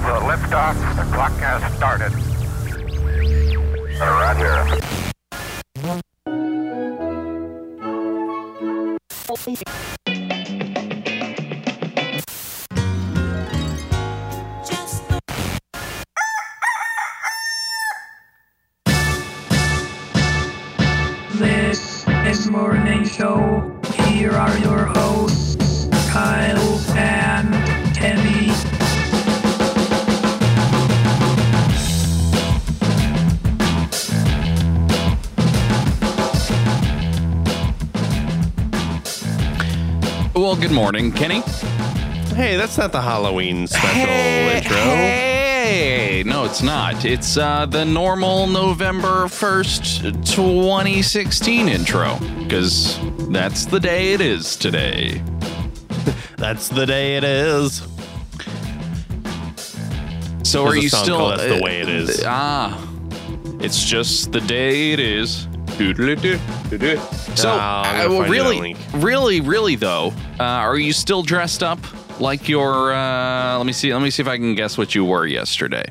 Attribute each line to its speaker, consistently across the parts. Speaker 1: liftoff. The clock has started. Roger.
Speaker 2: This is Morning Show. Here are your hosts, Kyle and Kenny.
Speaker 3: Well, good morning, Kenny.
Speaker 4: Hey, that's not the Halloween special intro.
Speaker 3: Hey, no, it's not. It's uh, the normal November 1st, 2016 intro, because that's the day it is today.
Speaker 4: That's the day it is.
Speaker 3: So are
Speaker 4: There's a
Speaker 3: you
Speaker 4: song
Speaker 3: still. uh,
Speaker 4: called That's the Way It Is.
Speaker 3: Ah, it's just the day it is. Doodly-doo, doo-doo. So,
Speaker 4: Ah,
Speaker 3: uh,
Speaker 4: I'm Oh, gonna
Speaker 3: well,
Speaker 4: find you that
Speaker 3: really,
Speaker 4: link.
Speaker 3: really, really, though, uh, are you still dressed up like your? Uh, let me see. Let me see if I can guess what you were yesterday.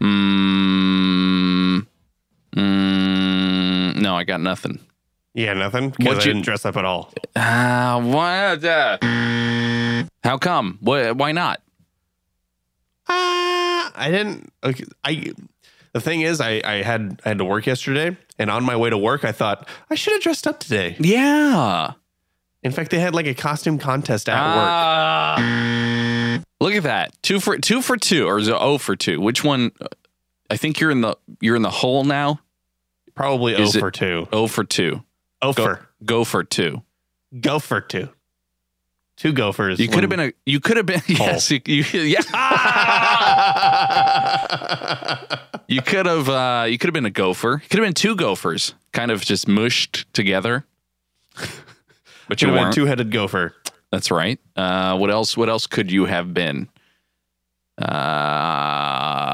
Speaker 3: Mm, mm, no, I got nothing.
Speaker 4: Yeah, nothing. Because I
Speaker 3: What you-
Speaker 4: didn't dress up at all.
Speaker 3: Uh, what? Uh, how come? What, why not?
Speaker 4: Ah, I didn't. Okay, I. The thing is, I, I had I had to work yesterday, and on my way to work, I thought I should have dressed up today.
Speaker 3: Yeah.
Speaker 4: In fact, they had like a costume contest at work.
Speaker 3: Ah. Look at that. Two for two for two, or is it oh for two? Which one? I think you're in the you're in the hole now.
Speaker 4: Probably
Speaker 3: is
Speaker 4: oh
Speaker 3: it-
Speaker 4: for two.
Speaker 3: Oh for two.
Speaker 4: Oh
Speaker 3: Go
Speaker 4: for
Speaker 3: go for two.
Speaker 4: go for two. Two gophers.
Speaker 3: You could have been a. You could have been. Yes. You, you, yeah. you could have. Uh, you could have been a gopher. You could have been two gophers, kind of just mushed together. But you
Speaker 4: Could have been
Speaker 3: weren't.
Speaker 4: two headed gopher.
Speaker 3: That's right. Uh, what else? What else could you have been?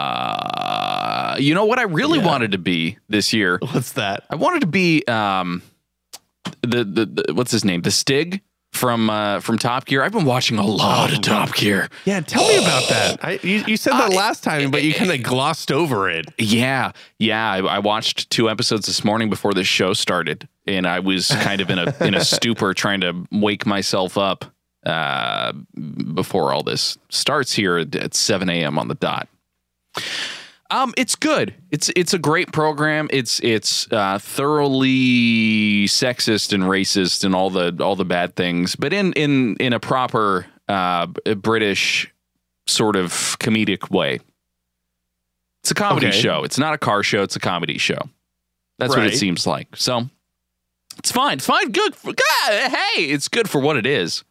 Speaker 3: Uh, you know what I really
Speaker 4: Yeah.
Speaker 3: wanted to be this year.
Speaker 4: What's that?
Speaker 3: I wanted to be um, the, the the what's his name? The Stig from uh, from Top Gear. I've been watching a lot of Top Gear.
Speaker 4: Yeah, tell me about that. I, you, you said that last time, but you kind of glossed over it.
Speaker 3: Yeah, yeah. I, I watched two episodes this morning before this show started, and I was kind of in a in a stupor trying to wake myself up uh, before all this starts here at- at seven a.m. on the dot. Um, it's good. It's it's a great program. It's it's uh, thoroughly sexist and racist and all the all the bad things, but in in in a proper uh, British sort of comedic way. It's a comedy
Speaker 4: Okay.
Speaker 3: show. It's not a car show. It's a comedy show. That's what
Speaker 4: Right.
Speaker 3: it seems like. So it's fine. It's fine. Good. For, God, hey, it's good for what it is.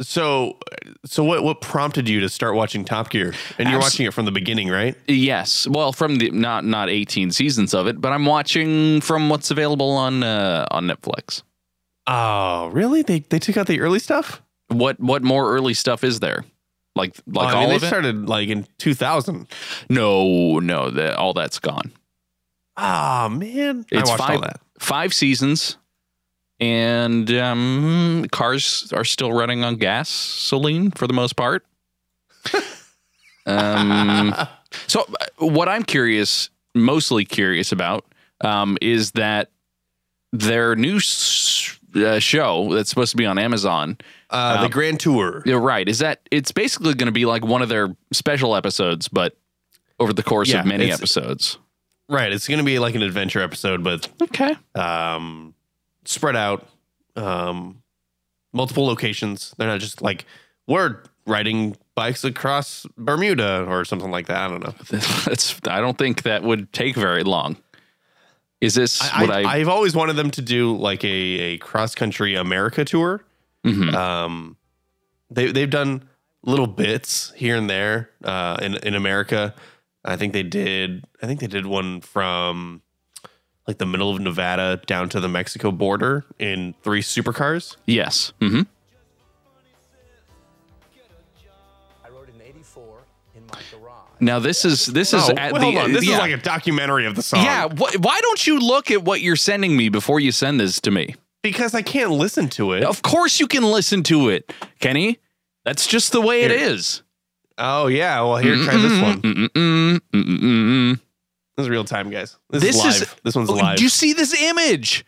Speaker 4: So, so what what prompted you to start watching Top Gear? And you're
Speaker 3: Abs-
Speaker 4: watching it from the beginning, right?
Speaker 3: Yes. Well, from the not not 18 seasons of it, but I'm watching from what's available on uh, on Netflix.
Speaker 4: Oh, really? They they took out the early stuff.
Speaker 3: What what more early stuff is there? Like like
Speaker 4: Oh, I mean,
Speaker 3: all
Speaker 4: they
Speaker 3: of it?
Speaker 4: started like in 2000.
Speaker 3: no, no, that all that's gone.
Speaker 4: Ah, man,
Speaker 3: It's
Speaker 4: I watched
Speaker 3: five
Speaker 4: all that.
Speaker 3: five seasons and um cars are still running on gasoline for the most part. um So, uh, what I'm curious, mostly curious about, um, is that their new s- uh, show that's supposed to be on Amazon.
Speaker 4: Uh, the Grand Tour.
Speaker 3: You're right. Is that it's basically going to be like one of their special episodes, but over the course
Speaker 4: Yeah,
Speaker 3: of many
Speaker 4: it's-
Speaker 3: episodes.
Speaker 4: Right. It's going to be like an adventure episode, but
Speaker 3: Okay.
Speaker 4: um, spread out, um, multiple locations. They're not just like we're riding bikes across Bermuda or something like that. I don't know.
Speaker 3: That's. I don't think that would take very long. Is this
Speaker 4: I,
Speaker 3: what I?
Speaker 4: I, have always wanted them to do like a, a cross country America tour.
Speaker 3: Mhm.
Speaker 4: Um, they they've done little bits here and there uh, in in America. I think they did. I think they did one from like the middle of Nevada down to the Mexico border in three supercars.
Speaker 3: yes. hmm
Speaker 5: I wrote in 84 in my garage.
Speaker 3: Now this is this is
Speaker 4: Oh,
Speaker 3: at
Speaker 4: well,
Speaker 3: the
Speaker 4: hold on. This
Speaker 3: yeah.
Speaker 4: is like a documentary of the song.
Speaker 3: yeah. Wh- why don't you look at what you're sending me before you send this to me?
Speaker 4: because I can't listen to it.
Speaker 3: Of course you can listen to it, Kenny. That's just the way it
Speaker 4: Here.
Speaker 3: is.
Speaker 4: Oh yeah. Well, here, try
Speaker 3: Mm-hmm.
Speaker 4: this one.
Speaker 3: Mm-mm-mm.
Speaker 4: This is real time, guys. This,
Speaker 3: This
Speaker 4: is
Speaker 3: is-
Speaker 4: live. this one's
Speaker 3: Oh,
Speaker 4: live.
Speaker 3: do you see this image?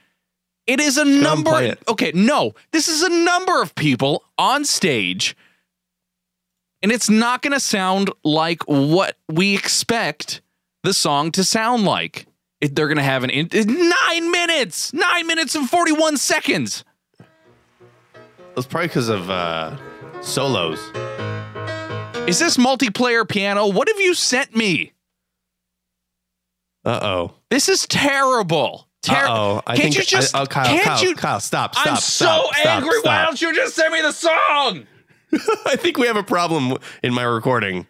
Speaker 3: It is a
Speaker 4: on,
Speaker 3: number.
Speaker 4: play it.
Speaker 3: Okay, no, this is a number of people on stage, and it's not going to sound like what we expect the song to sound like. It, they're going to have an in, it's nine minutes, nine minutes and forty-one seconds.
Speaker 4: It's probably because of uh, solos.
Speaker 3: Is this multiplayer piano? What have you sent me?
Speaker 4: Uh oh.
Speaker 3: This is terrible.
Speaker 4: Uh
Speaker 3: Ter-
Speaker 4: oh. I
Speaker 3: can't
Speaker 4: think
Speaker 3: you just?
Speaker 4: I, oh, Kyle,
Speaker 3: can't
Speaker 4: Kyle,
Speaker 3: you?
Speaker 4: Kyle, stop, stop.
Speaker 3: I'm
Speaker 4: stop,
Speaker 3: so
Speaker 4: stop,
Speaker 3: angry. Why
Speaker 4: Stop.
Speaker 3: don't you just send me the song?
Speaker 4: I think we have a problem in my recording.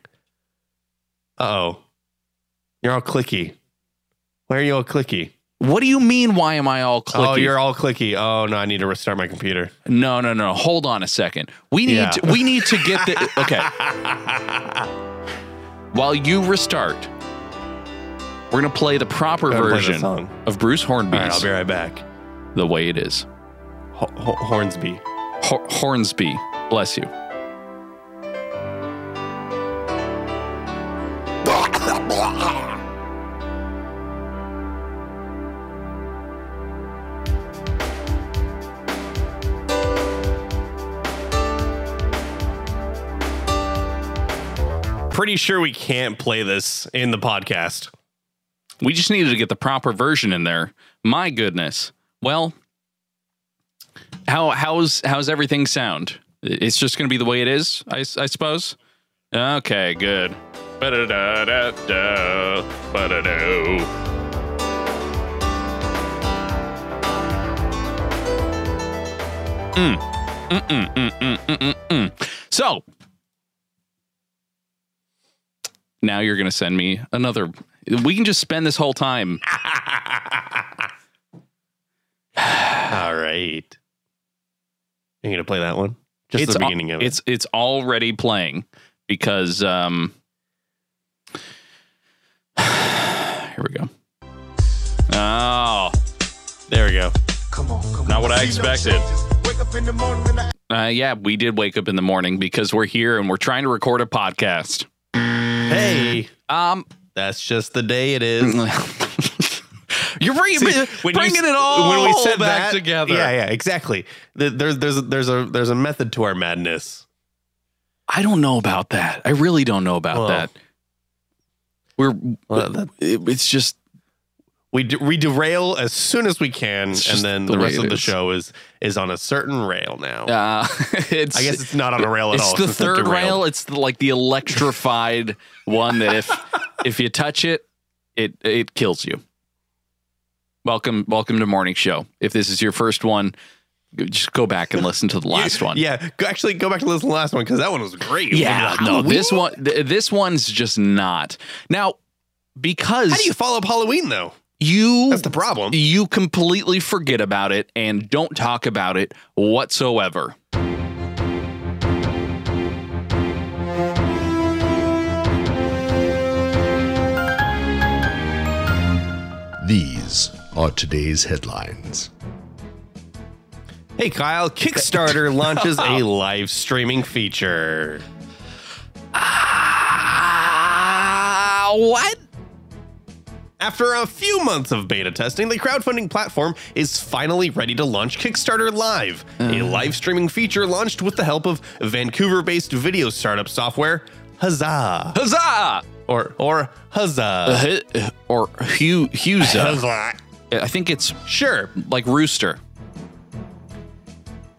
Speaker 4: Uh oh. You're all clicky. Why are you all clicky?
Speaker 3: What do you mean? Why am I all clicky?
Speaker 4: Oh, you're all clicky. Oh no, I need to restart my computer.
Speaker 3: no, no, no. Hold on a second. We need
Speaker 4: Yeah.
Speaker 3: to, we need to get the okay. While you restart, we're gonna play the proper
Speaker 4: Gotta play the
Speaker 3: version
Speaker 4: song.
Speaker 3: of Bruce
Speaker 4: All right, I'll
Speaker 3: Hornby's
Speaker 4: be right back.
Speaker 3: "The Way It Is."
Speaker 4: Ho- ho- Hornsby.
Speaker 3: Hor- Hornsby, bless you.
Speaker 4: Pretty sure we can't play this in the podcast.
Speaker 3: We just needed to get the proper version in there. My goodness. Well, how how's how's everything sound? It's just going to be the way it is, I, s- I suppose. Okay, good. Ba-da-da-da-da, ba-da-do. Mm. Mm-mm, mm-mm, mm-mm, mm. So now you're going to send me another. We can just spend this whole time
Speaker 4: All right. You're gonna play that one? Just the
Speaker 3: al-
Speaker 4: beginning of it.
Speaker 3: It's it's already playing because um here we go. Oh,
Speaker 4: there we go.
Speaker 3: not what I expected. Uh, yeah, we did wake up in the morning because we're here and we're trying to record a podcast.
Speaker 4: Hey,
Speaker 3: Um,
Speaker 4: that's just the day it is.
Speaker 3: you're bringing,
Speaker 4: When you
Speaker 3: bringing
Speaker 4: s-
Speaker 3: it all
Speaker 4: when we said
Speaker 3: back
Speaker 4: that-
Speaker 3: together.
Speaker 4: Yeah, yeah, exactly. Th- There's there's there's a there's a method to our madness.
Speaker 3: I don't know about that. I really don't know about
Speaker 4: Well-
Speaker 3: that. We're
Speaker 4: Well, that-
Speaker 3: it- it's just
Speaker 4: We d- we derail as soon as we can,
Speaker 3: It's
Speaker 4: and
Speaker 3: just
Speaker 4: then
Speaker 3: the
Speaker 4: the,
Speaker 3: way
Speaker 4: rest
Speaker 3: it
Speaker 4: of the
Speaker 3: is.
Speaker 4: show is is on a certain rail now.
Speaker 3: uh, it's
Speaker 4: I guess it's not on a rail at
Speaker 3: it's
Speaker 4: all.
Speaker 3: the
Speaker 4: since it
Speaker 3: third
Speaker 4: derailed.
Speaker 3: rail. It's the, like the electrified one that if if you touch it, it it kills you. Welcome, welcome to morning show. If this is your first one, g- just go back and listen to the last one.
Speaker 4: Yeah, go, actually, go back to listen to the last one because that one was great.
Speaker 3: yeah.
Speaker 4: Wow.
Speaker 3: No, this one, th- this one's just not. Now, because
Speaker 4: How do you follow up Halloween though?
Speaker 3: you
Speaker 4: That's the problem.
Speaker 3: you completely forget about it and don't talk about it whatsoever.
Speaker 6: These are today's headlines.
Speaker 4: Hey Kyle, Kickstarter launches a live streaming feature. Uh,
Speaker 3: Ah, what?
Speaker 4: After a few months of beta testing, the crowdfunding platform is finally ready to launch Kickstarter Live, a live streaming feature launched with the help of Vancouver based video startup software Huzzah.
Speaker 3: Huzzah!
Speaker 4: Or, or Huzzah.
Speaker 3: Uh, or Hugh Hughesa.
Speaker 4: Huzzah.
Speaker 3: I think it's
Speaker 4: Sure,
Speaker 3: like rooster.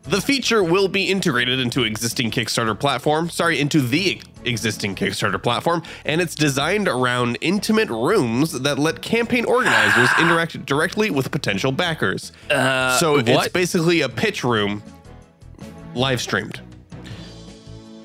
Speaker 4: The feature will be integrated into existing Kickstarter platform, sorry, into the existing Kickstarter platform, and it's designed around intimate rooms that let campaign organizers interact directly with potential backers. so it's
Speaker 3: Uh, what?
Speaker 4: basically a pitch room live streamed.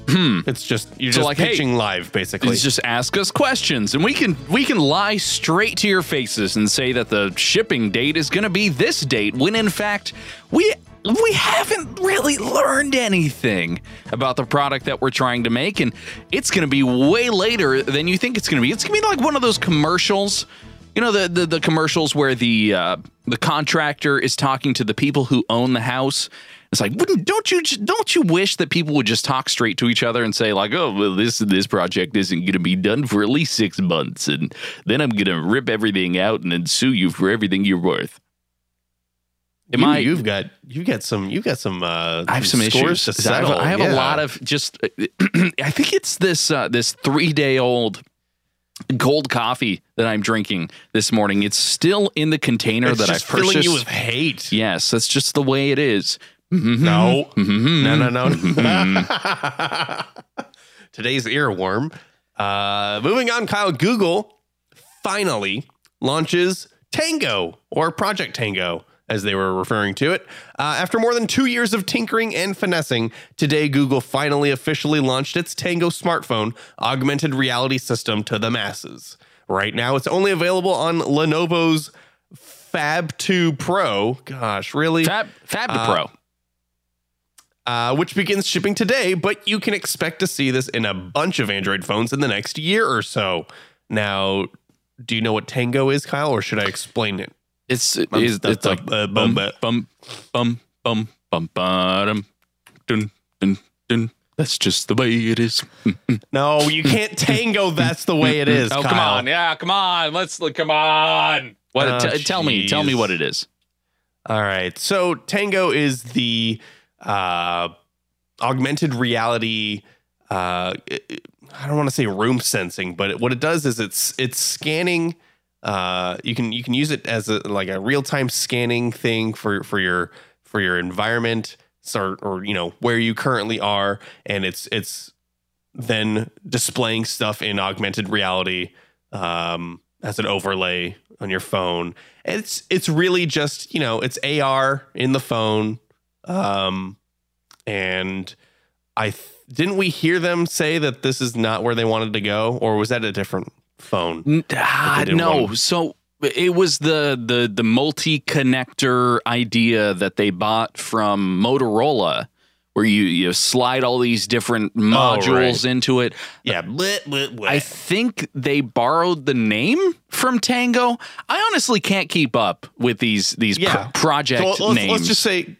Speaker 4: Hmm. It's just you're
Speaker 3: So
Speaker 4: just
Speaker 3: like, hey,
Speaker 4: pitching live basically.
Speaker 3: Please just ask us questions, and we can we can lie straight to your faces and say that the shipping date is going to be this date, when in fact we we haven't really learned anything about the product that we're trying to make, and it's going to be way later than you think it's going to be. It's going to be like one of those commercials. You know the, the the commercials where the uh, the contractor is talking to the people who own the house, It's like, wouldn't don't you j- don't you wish that people would just talk straight to each other and say like, oh, well, this this project isn't going to be done for at least six months, and then I'm going to rip everything out and then sue you for everything you're worth. Am
Speaker 4: you,
Speaker 3: I?
Speaker 4: You've got you've got some you've got some. Uh,
Speaker 3: I have some
Speaker 4: scores
Speaker 3: issues.
Speaker 4: To
Speaker 3: I have,
Speaker 4: settle.
Speaker 3: I have a
Speaker 4: yeah.
Speaker 3: lot of just. I think it's this uh, this three day old cold coffee that I'm drinking this morning. It's still in the container
Speaker 4: It's
Speaker 3: that I
Speaker 4: just filling
Speaker 3: purchased.
Speaker 4: you with hate.
Speaker 3: yes, that's just the way it is. Mm-hmm.
Speaker 4: No. no, no, no, Today's earworm. Uh, moving on, Kyle. Google finally launches Tango or Project Tango, as they were referring to it. Uh, after more than two years of tinkering and finessing, today Google finally officially launched its Tango smartphone augmented reality system to the masses. Right now, it's only available on Lenovo's Fab 2 Pro. Gosh, really?
Speaker 3: Fab Fab to
Speaker 4: Uh,
Speaker 3: Pro.
Speaker 4: uh, which begins shipping today, but you can expect to see this in a bunch of Android phones in the next year or so. Now, do you know what Tango is, Kyle, or should I explain it?
Speaker 3: It's
Speaker 4: Um,
Speaker 3: it's,
Speaker 4: da-
Speaker 3: it's
Speaker 4: da-
Speaker 3: like
Speaker 4: ba- ba-
Speaker 3: bum
Speaker 4: ba.
Speaker 3: bum bum bum bum bum dun dun dun. That's just the way it is. Hmm.
Speaker 4: No, you can't tango. That's the way it is.
Speaker 3: Oh come
Speaker 4: Kyle.
Speaker 3: on, yeah, come on. Let's look. Come on. What?
Speaker 4: Oh,
Speaker 3: t- tell me, tell me
Speaker 4: jeez.
Speaker 3: what it is.
Speaker 4: All right. So Tango is the uh, augmented reality. Uh, it- it- I don't want to say room sensing, but it- what it does is it's it's scanning. Uh, you can you can use it as a like a real time scanning thing for for your for your environment or or you know where you currently are, and it's it's then displaying stuff in augmented reality um, as an overlay on your phone. It's it's really just you know it's AR in the phone, um, and I th- didn't we hear them say that this is not where they wanted to go, or was that a different phone?
Speaker 3: N- ah,
Speaker 4: they didn't
Speaker 3: no.
Speaker 4: want 'em.
Speaker 3: So it was the the the multi connector idea that they bought from Motorola, where you you slide all these different
Speaker 4: Oh, right.
Speaker 3: modules into it.
Speaker 4: Yeah, blit, blit, blit.
Speaker 3: I think they borrowed the name from Tango. I honestly can't keep up with these these pro-
Speaker 4: Yeah.
Speaker 3: project
Speaker 4: So let's, let's
Speaker 3: names.
Speaker 4: just say,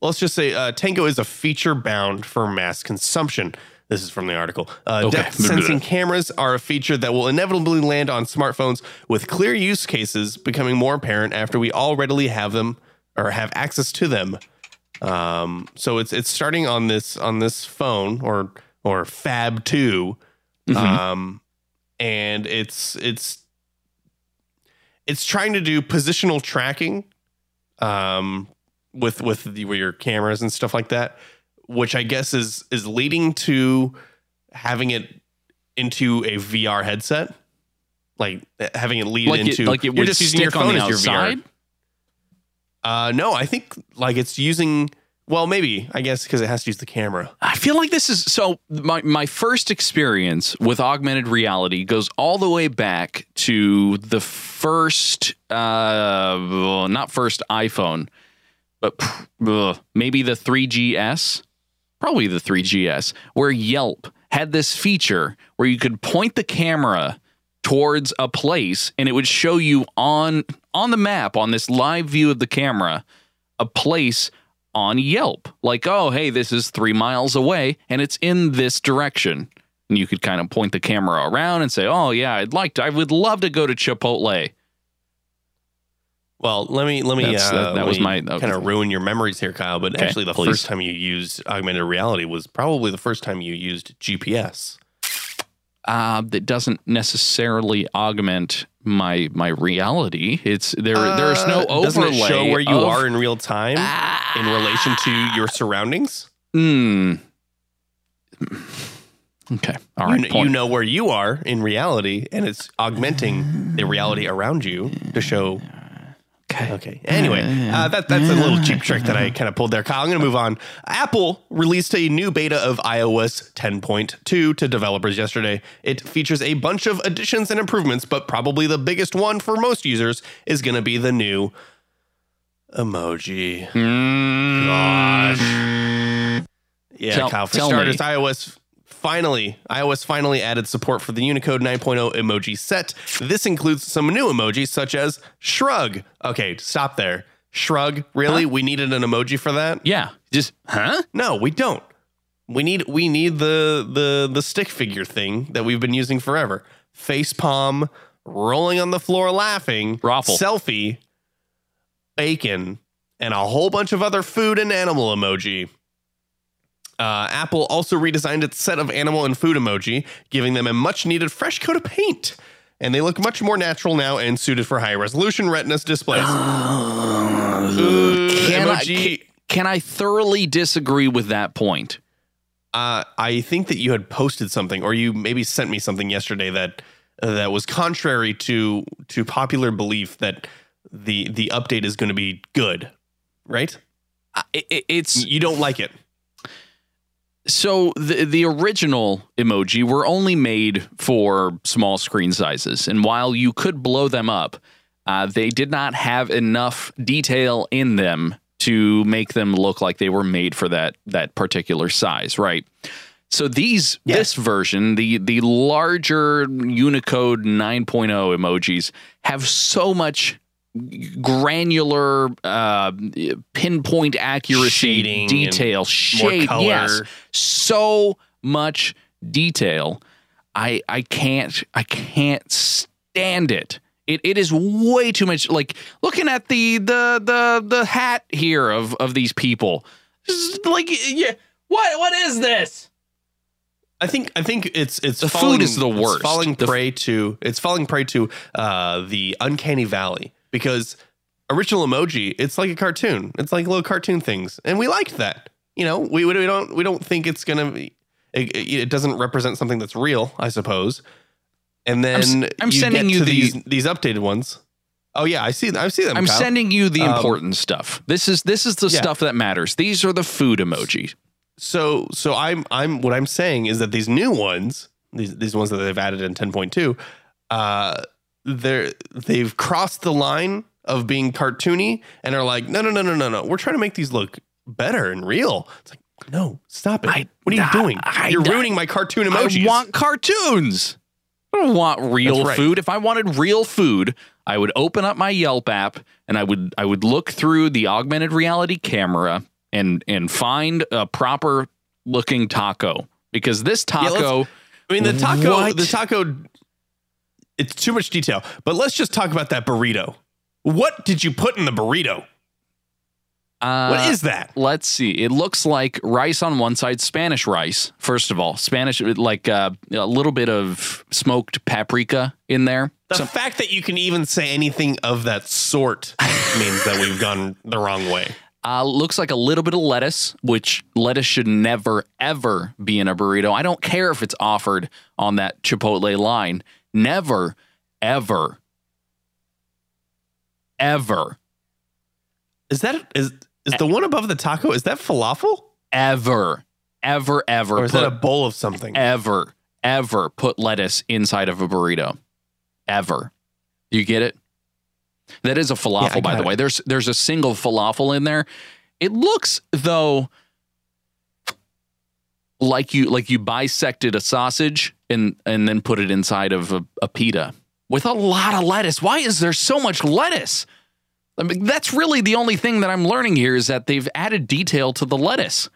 Speaker 4: let's just say, uh, Tango is a feature bound for mass consumption. This is from the article. Uh,
Speaker 3: Okay.
Speaker 4: Depth sensing cameras are a feature that will inevitably land on smartphones, with clear use cases becoming more apparent after we all readily have them or have access to them. Um, so it's it's starting on this on this phone or or Fab 2
Speaker 3: Mm-hmm.
Speaker 4: um, and it's it's it's trying to do positional tracking um, with with the, with your cameras and stuff like that, which I guess is is leading to having it into a VR headset, like eh, having it lead
Speaker 3: like it,
Speaker 4: into
Speaker 3: like it
Speaker 4: you're
Speaker 3: would
Speaker 4: just using
Speaker 3: stick on the outside.
Speaker 4: Uh, no, I think like it's using. Well, maybe I guess because it has to use the camera.
Speaker 3: I feel like this is so my my first experience with augmented reality goes all the way back to the first uh well, not first iPhone but pff, ugh, maybe the 3GS probably the 3GS where Yelp had this feature where you could point the camera towards a place and it would show you on on the map on this live view of the camera a place on Yelp. Like, oh, hey, this is three miles away and it's in this direction. And you could kind of point the camera around and say, oh, yeah, I'd like to, I would love to go to Chipotle.
Speaker 4: Well, let me let me.
Speaker 3: That's-
Speaker 4: uh,
Speaker 3: that- that
Speaker 4: let
Speaker 3: was
Speaker 4: me
Speaker 3: my- that was-
Speaker 4: kind of ruin your memories here, Kyle. But
Speaker 3: Okay,
Speaker 4: actually, the
Speaker 3: please.
Speaker 4: first time you used augmented reality was probably the first time you used GPS.
Speaker 3: Uh, that doesn't necessarily augment my my reality. It's there. there's no
Speaker 4: Uh, doesn't
Speaker 3: Oh, overlay.
Speaker 4: it show where you
Speaker 3: of- Ah.
Speaker 4: are in real time in relation to your surroundings.
Speaker 3: Hmm. Okay. All right.
Speaker 4: you, kn- you
Speaker 3: point.
Speaker 4: know where you are in reality, and it's augmenting the reality around you to show.
Speaker 3: okay.
Speaker 4: Okay. Anyway, uh, that that's a little cheap trick that I kind of pulled there, Kyle. I'm going to move on. Apple released a new beta of iOS 10.2 to developers yesterday. It features a bunch of additions and improvements, but probably the biggest one for most users is going to be the new emoji. Oh
Speaker 3: Mm,
Speaker 4: Gosh. Yeah,
Speaker 3: Tell-
Speaker 4: Kyle. For
Speaker 3: tell me.
Speaker 4: starters, iOS finally, iOS finally added support for the Unicode 9.0 emoji set. This includes some new emojis such as shrug. Okay, stop there. Shrug. Really? We needed an emoji for that?
Speaker 3: Yeah. Just huh?
Speaker 4: No, we don't. We need we need the the the stick figure thing that we've been using forever. Face palm, rolling on the floor laughing,
Speaker 3: Raffle.
Speaker 4: selfie, bacon, and a whole bunch of other food and animal emoji. Uh, Apple also redesigned its set of animal and food emoji, giving them a much needed fresh coat of paint. And they look much more natural now and suited for high resolution retinas displays. Ooh,
Speaker 3: Can I,
Speaker 4: emoji.
Speaker 3: ca- can I thoroughly disagree with that point?
Speaker 4: uh, I think that you had posted something, or you maybe sent me something yesterday that that was contrary to to popular belief that the the update is going to be good, right?
Speaker 3: I- I- it's
Speaker 4: You don't like it.
Speaker 3: so the the original emoji were only made for small screen sizes, and while you could blow them up, uh, they did not have enough detail in them to make them look like they were made for that that particular size, right? So these this version, the the larger Unicode 9.0 emojis have so much granular uh pinpoint accuracy
Speaker 4: Shading and
Speaker 3: detail shade
Speaker 4: color.
Speaker 3: yes so much detail. I I can't I can't stand it. It it is way too much. Like looking at the the the the hat here of of these people. This is Like yeah, what what is this?
Speaker 4: I think I think it's it's
Speaker 3: The food is the
Speaker 4: it's
Speaker 3: worst.
Speaker 4: falling
Speaker 3: The f-
Speaker 4: prey to it's falling prey to uh, the uncanny valley because original emoji it's like a cartoon. It's like little cartoon things, and we liked that. You know, we we don't we don't think it's gonna be. It, it it doesn't represent something that's real, I suppose. And
Speaker 3: s-
Speaker 4: then
Speaker 3: I'm sending you
Speaker 4: to
Speaker 3: the-
Speaker 4: these these updated ones. Oh yeah, I see I see them.
Speaker 3: I'm
Speaker 4: Kyle.
Speaker 3: sending you the
Speaker 4: Um,
Speaker 3: important stuff. This is this is the
Speaker 4: Yeah.
Speaker 3: stuff that matters. These are the food emojis.
Speaker 4: so so I'm I'm what I'm saying is that these new ones, these these ones that they've added in 10.2, uh they're they've crossed the line of being cartoony and are like, no, no, no, no, no, no. We're trying to make these look better and real. It's like, no, stop it.
Speaker 3: I-
Speaker 4: what are you
Speaker 3: I-
Speaker 4: doing?
Speaker 3: I-
Speaker 4: You're ruining my cartoon emojis.
Speaker 3: I want cartoons. I don't want real
Speaker 4: That's right.
Speaker 3: food. If I wanted real food, I would open up my Yelp app and I would I would look through the augmented reality camera and and find a proper looking taco because this
Speaker 4: let's-
Speaker 3: taco
Speaker 4: I mean the taco
Speaker 3: What?
Speaker 4: the taco it's too much detail. But let's just talk about that burrito. What did you put in the burrito?
Speaker 3: uh,
Speaker 4: What is that?
Speaker 3: Let's see. It looks like rice on one side, Spanish rice. First of all, Spanish like uh, a little bit of smoked paprika in there.
Speaker 4: The fact that you can even say anything of that sort means that we've gone the wrong way.
Speaker 3: Uh, looks like a little bit of lettuce, which lettuce should never, ever be in a burrito. I don't care if it's offered on that Chipotle line. Never, ever, ever,
Speaker 4: Is that is is the one above the taco? Is that falafel
Speaker 3: ever, ever, ever,
Speaker 4: or is that a
Speaker 3: put-
Speaker 4: bowl of something?
Speaker 3: ever, ever put lettuce inside of a burrito. Ever. You get it? That is a falafel,
Speaker 4: I
Speaker 3: by
Speaker 4: got
Speaker 3: the
Speaker 4: it.
Speaker 3: way. There's there's a single falafel in there. It looks though like you like you bisected a sausage and and then put it inside of a, a pita with a lot of lettuce. Why is there so much lettuce? I mean, that's really the only thing that I'm learning here is that they've added detail to the lettuce.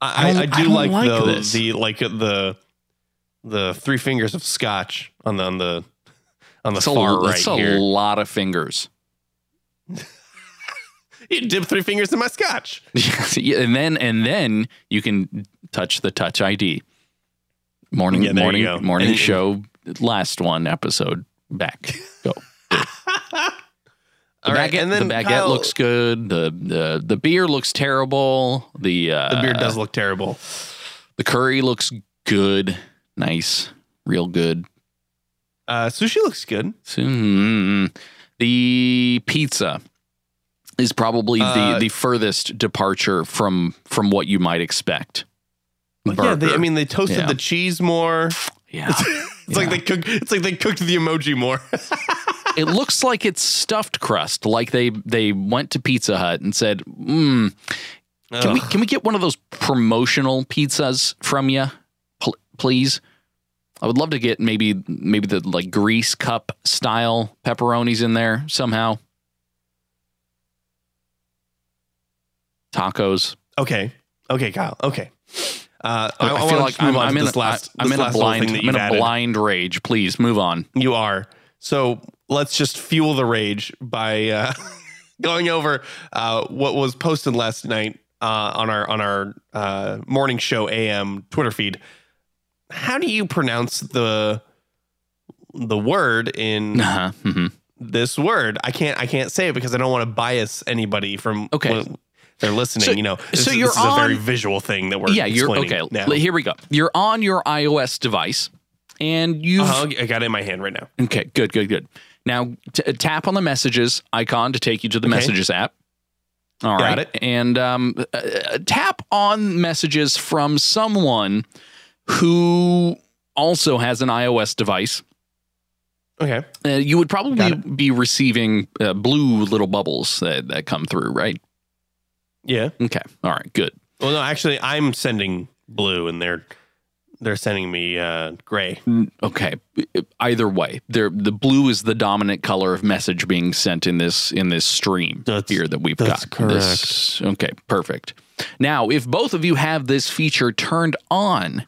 Speaker 4: I, I, I
Speaker 3: I don't- I
Speaker 4: do
Speaker 3: don't
Speaker 4: like,
Speaker 3: like
Speaker 4: the
Speaker 3: this.
Speaker 4: the like the the three fingers of scotch on the on the on the
Speaker 3: It's a,
Speaker 4: far right
Speaker 3: it's a
Speaker 4: here.
Speaker 3: lot of fingers.
Speaker 4: you dip three fingers in my scotch.
Speaker 3: Yeah, and then and then you can touch the touch ID. Morning,
Speaker 4: Yeah, there you
Speaker 3: morning,
Speaker 4: go.
Speaker 3: morning
Speaker 4: And-
Speaker 3: show. Last one episode back. Go. The
Speaker 4: All right,
Speaker 3: baguette,
Speaker 4: and then
Speaker 3: the baguette
Speaker 4: Kyle-
Speaker 3: looks good. The, the the beer looks terrible. The uh,
Speaker 4: The beard does look terrible.
Speaker 3: the curry looks good. Nice, real good.
Speaker 4: Uh, sushi looks good.
Speaker 3: Mm. The pizza is probably
Speaker 4: Uh,
Speaker 3: the the furthest departure from from what you might expect.
Speaker 4: Yeah, they, I
Speaker 3: Burger.
Speaker 4: mean they toasted
Speaker 3: Yeah.
Speaker 4: the cheese more.
Speaker 3: yeah.
Speaker 4: It's like they cook. It's like they cooked the emoji more.
Speaker 3: it looks like it's stuffed crust. Like they they went to Pizza Hut and said, mm, "Can we can we get one of those promotional pizzas from you, pl- please?" I would love to get maybe maybe the like grease cup style pepperonis in there somehow. tacos.
Speaker 4: Okay. Okay, Kyle. Okay. Uh, I,
Speaker 3: I,
Speaker 4: I
Speaker 3: feel
Speaker 4: feel
Speaker 3: like I'm,
Speaker 4: move on
Speaker 3: I'm
Speaker 4: to
Speaker 3: in
Speaker 4: this
Speaker 3: a,
Speaker 4: last.
Speaker 3: I, am
Speaker 4: this
Speaker 3: in a
Speaker 4: last little
Speaker 3: blind,
Speaker 4: thing that
Speaker 3: I'm in
Speaker 4: you've
Speaker 3: a
Speaker 4: added.
Speaker 3: blind rage. Please move on.
Speaker 4: You are. So let's just fuel the rage by uh, going over uh, what was posted last night uh, on our on our uh, morning show AM Twitter feed. How do you pronounce the the word in
Speaker 3: Uh-huh. Mhm.
Speaker 4: this word? I can't I can't say it because I don't want to bias anybody from
Speaker 3: Okay.
Speaker 4: when they're listening.
Speaker 3: So-
Speaker 4: you know, this,
Speaker 3: so
Speaker 4: is-
Speaker 3: you're
Speaker 4: this is a very
Speaker 3: on-
Speaker 4: visual thing that we're
Speaker 3: Yeah, you're
Speaker 4: explaining
Speaker 3: okay.
Speaker 4: Now.
Speaker 3: Here we go. You're on your iOS device, and you've
Speaker 4: Uh-huh, I got it in my hand right now.
Speaker 3: okay. Good, good, good. Now t- uh, tap on the messages icon to take you to the
Speaker 4: Okay.
Speaker 3: messages app. All right,
Speaker 4: Got it.
Speaker 3: and um, uh, uh, tap on messages from someone who also has an iOS device.
Speaker 4: Okay.
Speaker 3: Uh, you would probably be receiving uh, blue little bubbles that, that come through, right?
Speaker 4: Yeah.
Speaker 3: Okay. All right. Good.
Speaker 4: Well, no, actually, I'm sending blue, and they're they're sending me uh, gray.
Speaker 3: Okay. Either way, there the blue is the dominant color of message being sent in this in this stream
Speaker 4: That's-
Speaker 3: here that we've
Speaker 4: that's
Speaker 3: got. This- okay. Perfect. Now, if both of you have this feature turned on,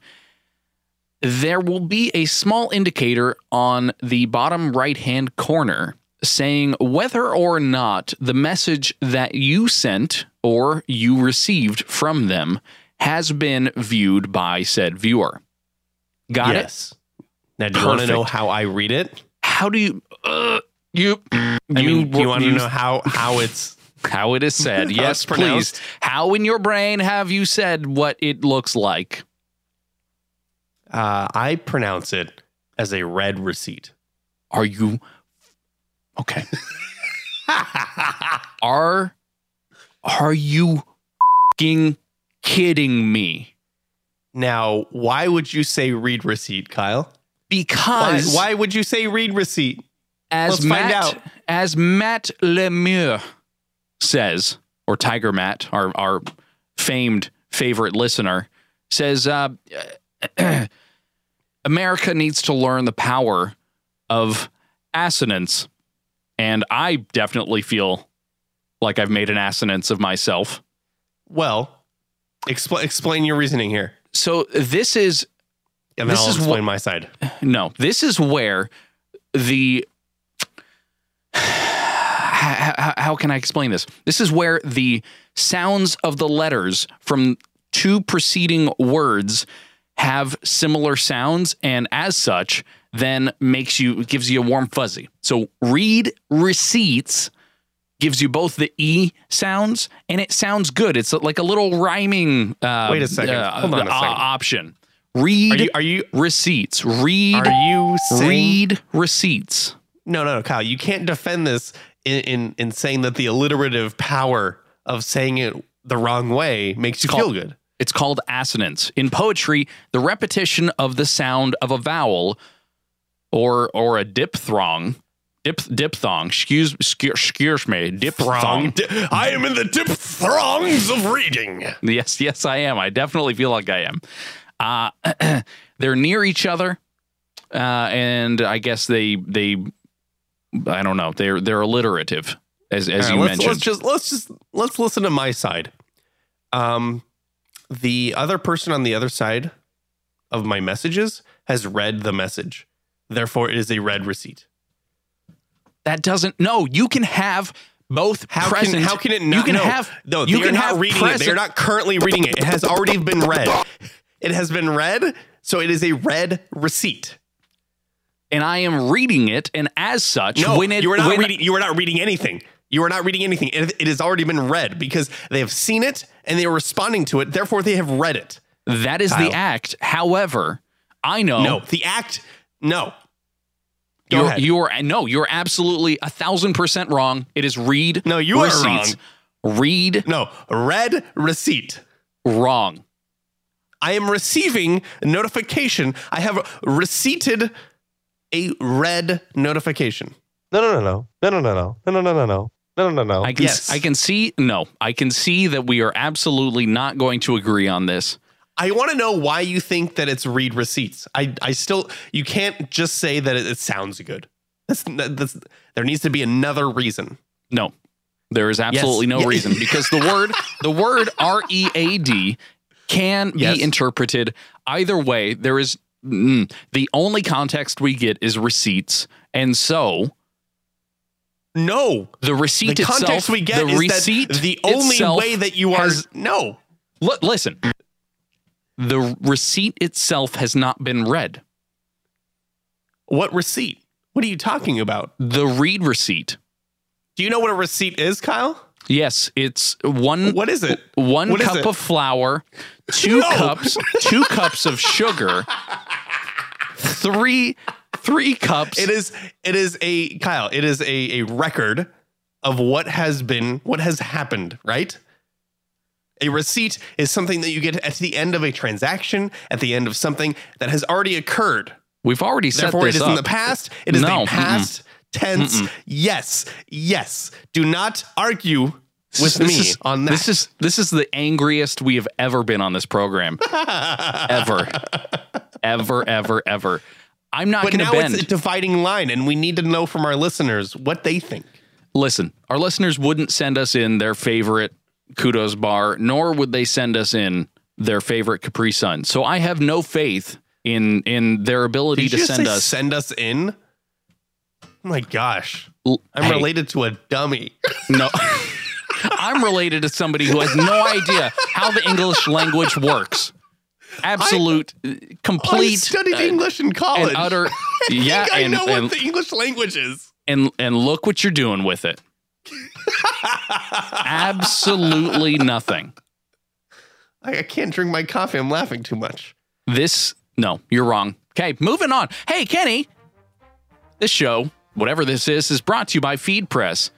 Speaker 3: there will be a small indicator on the bottom right hand corner saying whether or not the message that you sent or you received from them has been viewed by said viewer. Got it?
Speaker 4: yes. Now, do you want to know
Speaker 3: Perfect.
Speaker 4: how I read it?
Speaker 3: How do you uh, you
Speaker 4: I
Speaker 3: you,
Speaker 4: mean, do you want to
Speaker 3: you-
Speaker 4: know how how it's?
Speaker 3: how it is said?
Speaker 4: how
Speaker 3: yes,
Speaker 4: it's
Speaker 3: please.
Speaker 4: pronounced?
Speaker 3: How in your brain have you said what it looks like?
Speaker 4: Uh, I pronounce it as a red receipt.
Speaker 3: Are you okay? are are you fing kidding me?
Speaker 4: now, why would you say read receipt, Kyle? Why,
Speaker 3: Because
Speaker 4: why would you say read receipt?
Speaker 3: as
Speaker 4: let's find
Speaker 3: Matt
Speaker 4: out.
Speaker 3: as Matt Lemieux says, or Tiger Matt, our our famed favorite listener, says, uh, America needs to learn the power of assonance, and I definitely feel like I've made an assonance of myself.
Speaker 4: Well, expl- explain your reasoning here,
Speaker 3: So this is
Speaker 4: and then
Speaker 3: This
Speaker 4: I'll
Speaker 3: is
Speaker 4: explain
Speaker 3: what-
Speaker 4: my side.
Speaker 3: No, this is where the how, how- how can I explain this? This is where the sounds of the letters from two preceding words have similar sounds, and as such, then makes you gives you a warm fuzzy. So read receipts gives you both the e sounds, and it sounds good. It's like a little rhyming. Uh,
Speaker 4: Wait a second.
Speaker 3: uh,
Speaker 4: Hold on a
Speaker 3: uh,
Speaker 4: second.
Speaker 3: option. Read
Speaker 4: Are you are you
Speaker 3: receipts. Read
Speaker 4: are you saying
Speaker 3: read receipts.
Speaker 4: No, no, no, Kyle, you can't defend this in, in in saying that the alliterative power of saying it the wrong way makes you
Speaker 3: called-
Speaker 4: feel good.
Speaker 3: It's called assonance. In poetry, the repetition of the sound of a vowel or or a diphthong, dip diphthong, excuse excuse, excuse me, diphthong.
Speaker 4: Di- I am in the dip throngs of reading.
Speaker 3: Yes, yes, I am. I definitely feel like I am. Uh, they're near each other, uh, and I guess they they I don't know. They're they're alliterative, as as
Speaker 4: All
Speaker 3: you
Speaker 4: right, Uh,
Speaker 3: mentioned.
Speaker 4: let's, let's just let's just let's listen to my side. Um, the other person on the other side of my messages has read the message, therefore it is a red receipt.
Speaker 3: That doesn't. No, you can have both
Speaker 4: How
Speaker 3: present.
Speaker 4: can how can it not?
Speaker 3: You can
Speaker 4: no,
Speaker 3: have.
Speaker 4: no.
Speaker 3: you
Speaker 4: they're
Speaker 3: can
Speaker 4: not
Speaker 3: have
Speaker 4: reading it. They're
Speaker 3: present-
Speaker 4: not currently reading it. It has already been read. It has been read, so it is a red receipt.
Speaker 3: And I am reading it, and as such,
Speaker 4: No,
Speaker 3: when it
Speaker 4: you are not
Speaker 3: when-
Speaker 4: reading. You are not reading anything. You are not reading anything. It, it has already been read because they have seen it and they are responding to it. Therefore, they have read it.
Speaker 3: that is
Speaker 4: Kyle.
Speaker 3: the act. However, I know
Speaker 4: No, the act. No. Go
Speaker 3: you're,
Speaker 4: ahead.
Speaker 3: you're no, you're absolutely a thousand percent wrong. It is read.
Speaker 4: No, you are
Speaker 3: receipts. Read
Speaker 4: no, red receipt.
Speaker 3: wrong.
Speaker 4: I am receiving a notification. I have receipted a red notification.
Speaker 7: No, no, no, no, no, no, no, no, no, no, no, no, no, no, no, no.
Speaker 3: I can
Speaker 4: Yes.
Speaker 3: I can see no. I can see that we are absolutely not going to agree on this.
Speaker 4: I want to know why you think that it's read receipts. I, I still, you can't just say that it, it sounds good. That's, that's, there needs to be another reason.
Speaker 3: No. There is absolutely no
Speaker 4: Yeah.
Speaker 3: reason because the word the word R E A D can
Speaker 4: Yes.
Speaker 3: be interpreted either way. There is mm, the only context we get is receipts, and so
Speaker 4: No.
Speaker 3: the receipt
Speaker 4: the
Speaker 3: itself.
Speaker 4: context we get
Speaker 3: the
Speaker 4: is
Speaker 3: receipt
Speaker 4: that the only
Speaker 3: itself
Speaker 4: way that you are
Speaker 3: has-
Speaker 4: no.
Speaker 3: L- listen, the receipt itself has not been read.
Speaker 4: What receipt? What are you talking about?
Speaker 3: The read receipt.
Speaker 4: Do you know what a receipt is, Kyle?
Speaker 3: Yes, it's one
Speaker 4: What is it?
Speaker 3: one
Speaker 4: What is
Speaker 3: cup
Speaker 4: it?
Speaker 3: of flour, two
Speaker 4: No.
Speaker 3: cups, two cups of sugar, three three cups.
Speaker 4: It is it is a Kyle, it is a, a record of what has been what has happened, right? A receipt is something that you get at the end of a transaction, at the end of something that has already occurred.
Speaker 3: We've already set
Speaker 4: Therefore, it
Speaker 3: this
Speaker 4: is
Speaker 3: up.
Speaker 4: in the past. It is
Speaker 3: No,
Speaker 4: the
Speaker 3: mm-mm.
Speaker 4: past tense. Yes. Yes. Do not argue with
Speaker 3: This
Speaker 4: me
Speaker 3: is-
Speaker 4: on that.
Speaker 3: This is this is the angriest we have ever been on this program, ever, ever, ever, ever. I'm not
Speaker 4: but
Speaker 3: going to
Speaker 4: now
Speaker 3: bend.
Speaker 4: it's a dividing line, and we need to know from our listeners what they think.
Speaker 3: listen, our listeners wouldn't send us in their favorite kudos bar, nor would they send us in their favorite Capri Sun. So I have no faith in in their ability
Speaker 4: Did
Speaker 3: to
Speaker 4: you just
Speaker 3: send
Speaker 4: say
Speaker 3: us.
Speaker 4: send us in? Oh my gosh.
Speaker 3: L-
Speaker 4: I'm
Speaker 3: Hey,
Speaker 4: related to a dummy.
Speaker 3: No. I'm related to somebody who has no idea how the English language works. Absolute, uh,
Speaker 4: I
Speaker 3: complete, uh,
Speaker 4: studied English in college.
Speaker 3: and utter. yeah,
Speaker 4: I
Speaker 3: and,
Speaker 4: know
Speaker 3: and,
Speaker 4: what the English language is.
Speaker 3: and and look what you're doing with it. Absolutely nothing.
Speaker 4: I, I can't drink my coffee. I'm laughing too much.
Speaker 3: This no, you're wrong. Okay, moving on. Hey, Kenny. This show, whatever this is, is brought to you by Feed Press.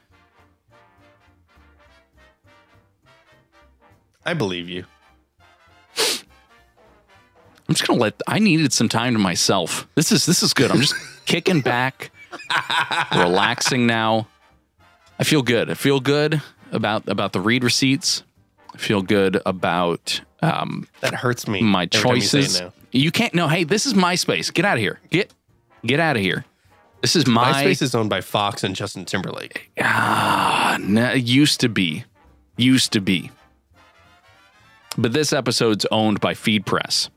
Speaker 4: I believe you.
Speaker 3: I'm just gonna let I needed some time to myself. This is this is good. I'm just kicking back, relaxing now. I feel good. I feel good about about the read receipts. I feel good about um,
Speaker 4: That hurts me.
Speaker 3: my
Speaker 4: every time you say it
Speaker 3: choices.
Speaker 4: now.
Speaker 3: You can't. No, hey, this is my space. Get out of here. Get get out of here. This is my.
Speaker 4: MySpace is owned by Fox and Justin Timberlake.
Speaker 3: Ah, nah, used to be, used to be. But this episode's owned by Feed Press.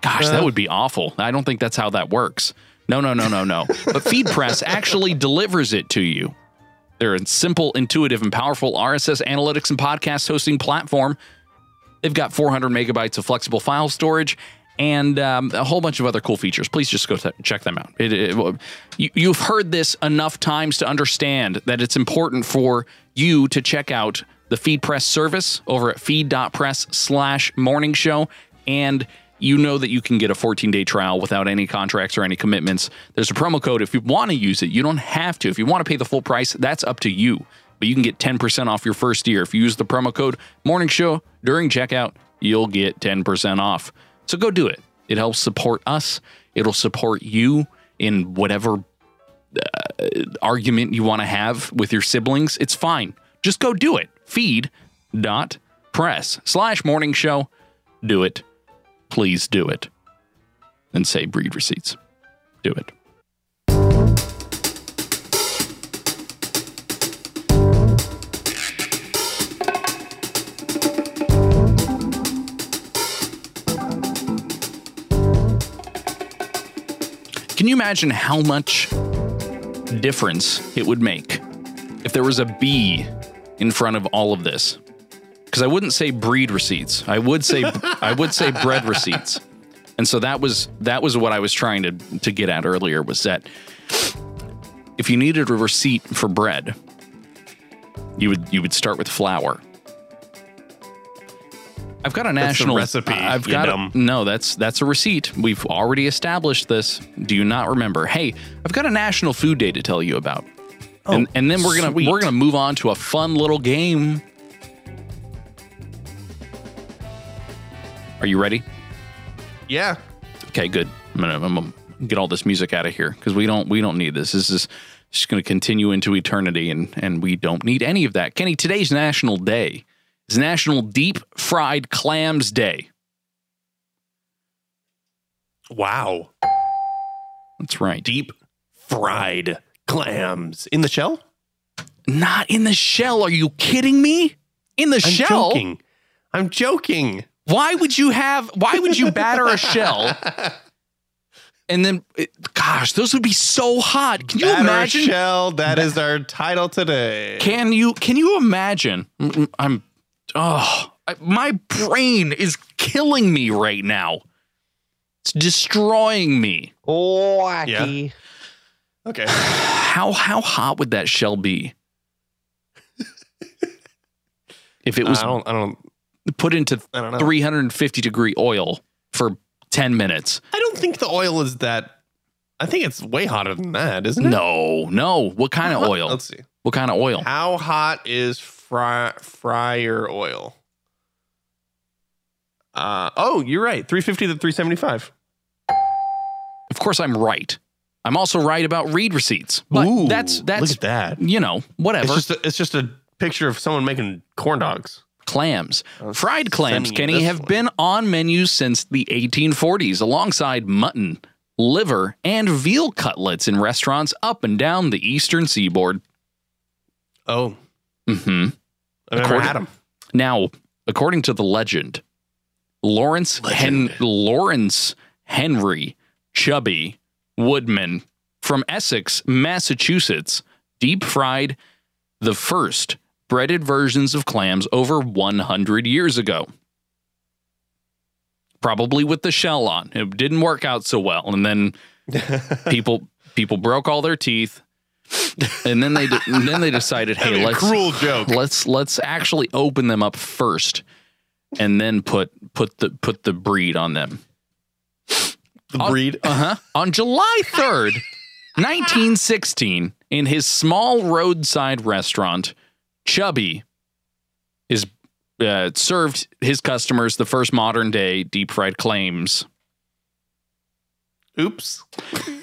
Speaker 3: Gosh, that
Speaker 4: Uh.
Speaker 3: would be awful. I don't think that's how that works. No, no, no, no, no. but Feed Press actually delivers it to you. They're a simple, intuitive, and powerful RSS analytics and podcast hosting platform. They've got 400 megabytes of flexible file storage and um, a whole bunch of other cool features. Please just go t- check them out. It, it- you, you've heard this enough times to understand that it's important for you to check out the Feed Press service over at feed.press slash morning show. And you know that you can get a 14 day trial without any contracts or any commitments. There's a promo code if you want to use it. You don't have to. If you want to pay the full price, that's up to you. But you can get 10% off your first year. If you use the promo code morning show during checkout, you'll get 10% off. So go do it. It helps support us, it'll support you in whatever uh, argument you want to have with your siblings, it's fine. Just go do it. Feed dot press slash morning show. Do it. Please do it. And say breed receipts. Do it. Can you imagine how much difference it would make if there was a B in front of all of this. Because I wouldn't say breed receipts. I would say I would say bread receipts. And so that was that was what I was trying to to get at earlier was that if you needed a receipt for bread, you would you would start with flour. I've got a
Speaker 4: a
Speaker 3: national
Speaker 4: recipe,
Speaker 3: I've
Speaker 4: you
Speaker 3: got
Speaker 4: dumb.
Speaker 3: a, no. That's that's a receipt. We've already established this. Do you not remember? Hey, I've got a national food day to tell you about. and and then we're gonna
Speaker 4: Oh, sweet.
Speaker 3: we're gonna move on to a fun little game. Are you ready?
Speaker 4: Yeah.
Speaker 3: Okay, good. I'm gonna, I'm gonna get all this music out of here because we don't we don't need this. This is just gonna continue into eternity, and and we don't need any of that. Kenny, today's national day is National Deep Fried Clams Day.
Speaker 4: Wow.
Speaker 3: That's right.
Speaker 4: Deep fried clams in the shell.
Speaker 3: Not in the shell. Are you kidding me? In the
Speaker 4: I'm
Speaker 3: shell?
Speaker 4: joking. I'm joking.
Speaker 3: Why would you have? Why would you batter a shell? And then, it- gosh, those would be so hot. Can you
Speaker 4: Batter
Speaker 3: imagine?
Speaker 4: Shell, that is our title today.
Speaker 3: Can you? Can you imagine? Mm, I'm. Oh, I, my brain is killing me right now. It's destroying me.
Speaker 7: Wacky.
Speaker 4: okay.
Speaker 3: How how hot would that shell be? if it was
Speaker 4: I don't. I don't.
Speaker 3: put into
Speaker 4: I don't know.
Speaker 3: 350 degree oil for 10 minutes.
Speaker 4: I don't think the oil is that. I think it's way hotter than that, isn't it?
Speaker 3: No, no. What kind of oil?
Speaker 4: Let's see.
Speaker 3: What kind of oil?
Speaker 4: How hot is fry, fryer oil? Uh, oh, you're right. 350 to 375.
Speaker 3: Of course, I'm right. I'm also right about read receipts, but
Speaker 4: Ooh,
Speaker 3: that's
Speaker 4: look
Speaker 3: that's
Speaker 4: at that.
Speaker 3: you know
Speaker 4: It's
Speaker 3: whatever
Speaker 4: just, a, it's just a picture of someone making corn dogs.
Speaker 3: clams,
Speaker 4: I was
Speaker 3: fried clams,
Speaker 4: sending you
Speaker 3: Kenny
Speaker 4: this
Speaker 3: have
Speaker 4: one.
Speaker 3: been on menus since the 1840s, alongside mutton, liver, and veal cutlets in restaurants up and down the eastern seaboard.
Speaker 4: Oh,
Speaker 3: hmm
Speaker 4: I've never
Speaker 3: According-
Speaker 4: had 'em.
Speaker 3: Now, according to the legend, Lawrence Hen- Lawrence Henry Chubby Woodman from Essex, Massachusetts, deep fried the first breaded versions of clams over 100 years ago. Probably with the shell on. It didn't work out so well, and then people people broke all their teeth, and then they de- and then they decided,
Speaker 4: That'd
Speaker 3: hey,
Speaker 4: be a
Speaker 3: let's
Speaker 4: cruel joke.
Speaker 3: let's let's actually open them up first and then put put the put the breed on them
Speaker 4: The breed. uh,
Speaker 3: uh-huh on july 3rd 1916 in his small roadside restaurant chubby is uh, served his customers the first modern day deep fried clams
Speaker 4: Oops.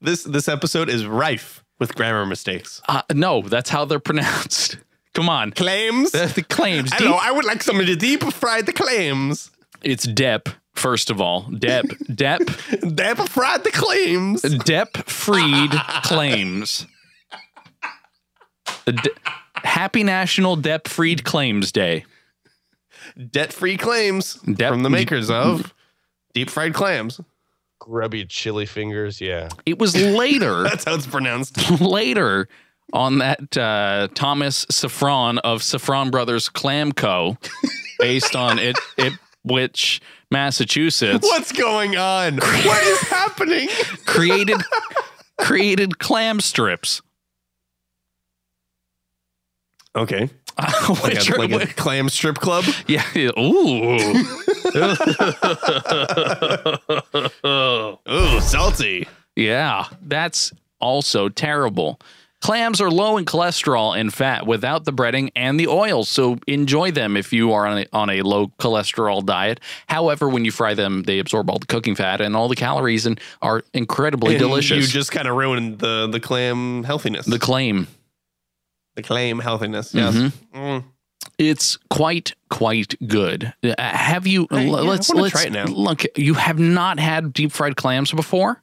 Speaker 4: this this episode is rife with grammar mistakes.
Speaker 3: uh, no that's how they're pronounced come on
Speaker 4: Claims.
Speaker 3: the, the clams
Speaker 4: I
Speaker 3: deep-
Speaker 4: know. I would like somebody to deep fry the claims.
Speaker 3: it's dep first of all dep dep
Speaker 4: Deep fry the claims.
Speaker 3: Depp Freed claims. The De- Happy National Depp Freed Claims Day.
Speaker 4: Debt free claims
Speaker 3: Debt-
Speaker 4: from the makers of deep fried clams.
Speaker 7: Grubby chili fingers. Yeah.
Speaker 3: It was later,
Speaker 4: That's how it's pronounced.
Speaker 3: later on that uh, Thomas Saffron of Saffron Brothers Clam Co. based on it, Ipwich, Massachusetts,
Speaker 4: What's going on? what is happening?
Speaker 3: created created clam strips,
Speaker 4: Okay. Like,
Speaker 3: which
Speaker 4: a,
Speaker 3: are,
Speaker 4: like a clam strip club.
Speaker 3: yeah, yeah, ooh.
Speaker 4: Ooh, salty.
Speaker 3: Yeah, that's also terrible. Clams are low in cholesterol and fat without the breading and the oil, so enjoy them if you are on a, on a low cholesterol diet. However, when you fry them, they absorb all the cooking fat and all the calories and are incredibly
Speaker 4: And
Speaker 3: delicious.
Speaker 4: You just kind of ruined the the clam healthiness.
Speaker 3: the
Speaker 4: The,
Speaker 3: claim.
Speaker 4: clam healthiness. Yes.
Speaker 3: Mhm.
Speaker 4: Mm.
Speaker 3: It's quite quite good. Uh, have you
Speaker 4: I- yeah, I
Speaker 3: let's
Speaker 4: wanna
Speaker 3: let's
Speaker 4: try it now.
Speaker 3: look you have not had deep fried clams before?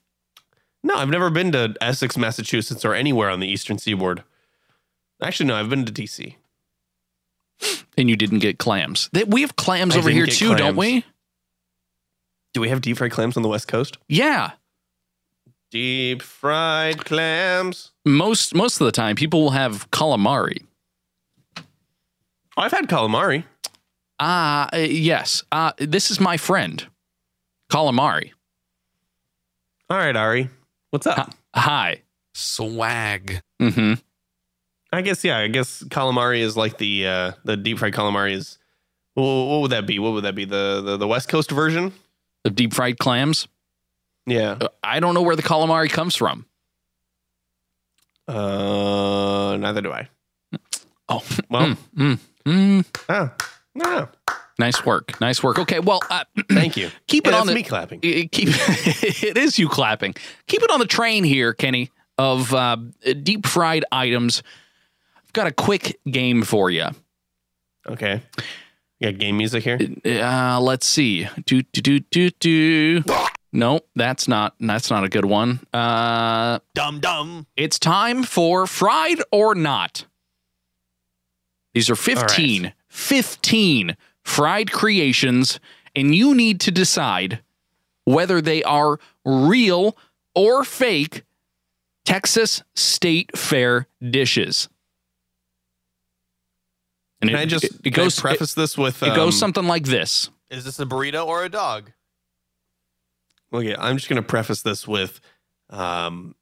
Speaker 4: No, I've never been to Essex, Massachusetts, or anywhere on the Eastern Seaboard. Actually, no, I've been to DC.
Speaker 3: And you didn't get clams. That we have clams
Speaker 4: I
Speaker 3: over
Speaker 4: didn't
Speaker 3: here
Speaker 4: get
Speaker 3: too, don't
Speaker 4: clams.
Speaker 3: we?
Speaker 4: Do we have deep fried clams on the West Coast?
Speaker 3: Yeah.
Speaker 4: Deep fried clams.
Speaker 3: most most of the time people will have calamari
Speaker 4: Oh, I've had calamari.
Speaker 3: ah uh, yes uh, this is my friend calamari
Speaker 4: All right, Ari. What's up?
Speaker 3: hi
Speaker 8: Swag.
Speaker 3: mm-hmm
Speaker 4: I guess yeah. I guess calamari is like the uh, the deep fried calamari is. wh- What would that be? What would that be? The the, the West Coast version?
Speaker 3: the deep fried clams
Speaker 4: Yeah.
Speaker 3: Uh, i don't know where the calamari comes from
Speaker 4: Uh, neither do I.
Speaker 3: oh
Speaker 4: Well,
Speaker 3: mm, mm.
Speaker 4: ah, no.
Speaker 3: nice work nice work okay well uh,
Speaker 4: Thank you.
Speaker 3: keep
Speaker 4: Yeah,
Speaker 3: it on
Speaker 4: that's
Speaker 3: the
Speaker 4: me clapping.
Speaker 3: I- I- keep it is you clapping keep it on the train here kenny of uh, deep fried items i've got a quick game for you
Speaker 4: Okay. You got game music here.
Speaker 3: Uh, let's see. Do do do do do. No, that's not that's not a good one. Uh
Speaker 4: Dum dum.
Speaker 3: it's time for fried or not. These are 15, 15 fried creations and you need to decide whether they are real or fake Texas State Fair dishes. And
Speaker 4: Can I just
Speaker 3: it, goes
Speaker 4: can I preface this with
Speaker 3: it, it goes
Speaker 4: um,
Speaker 3: something like this.
Speaker 8: Is this a burrito or a dog?
Speaker 4: Okay, I'm just gonna preface this with, um,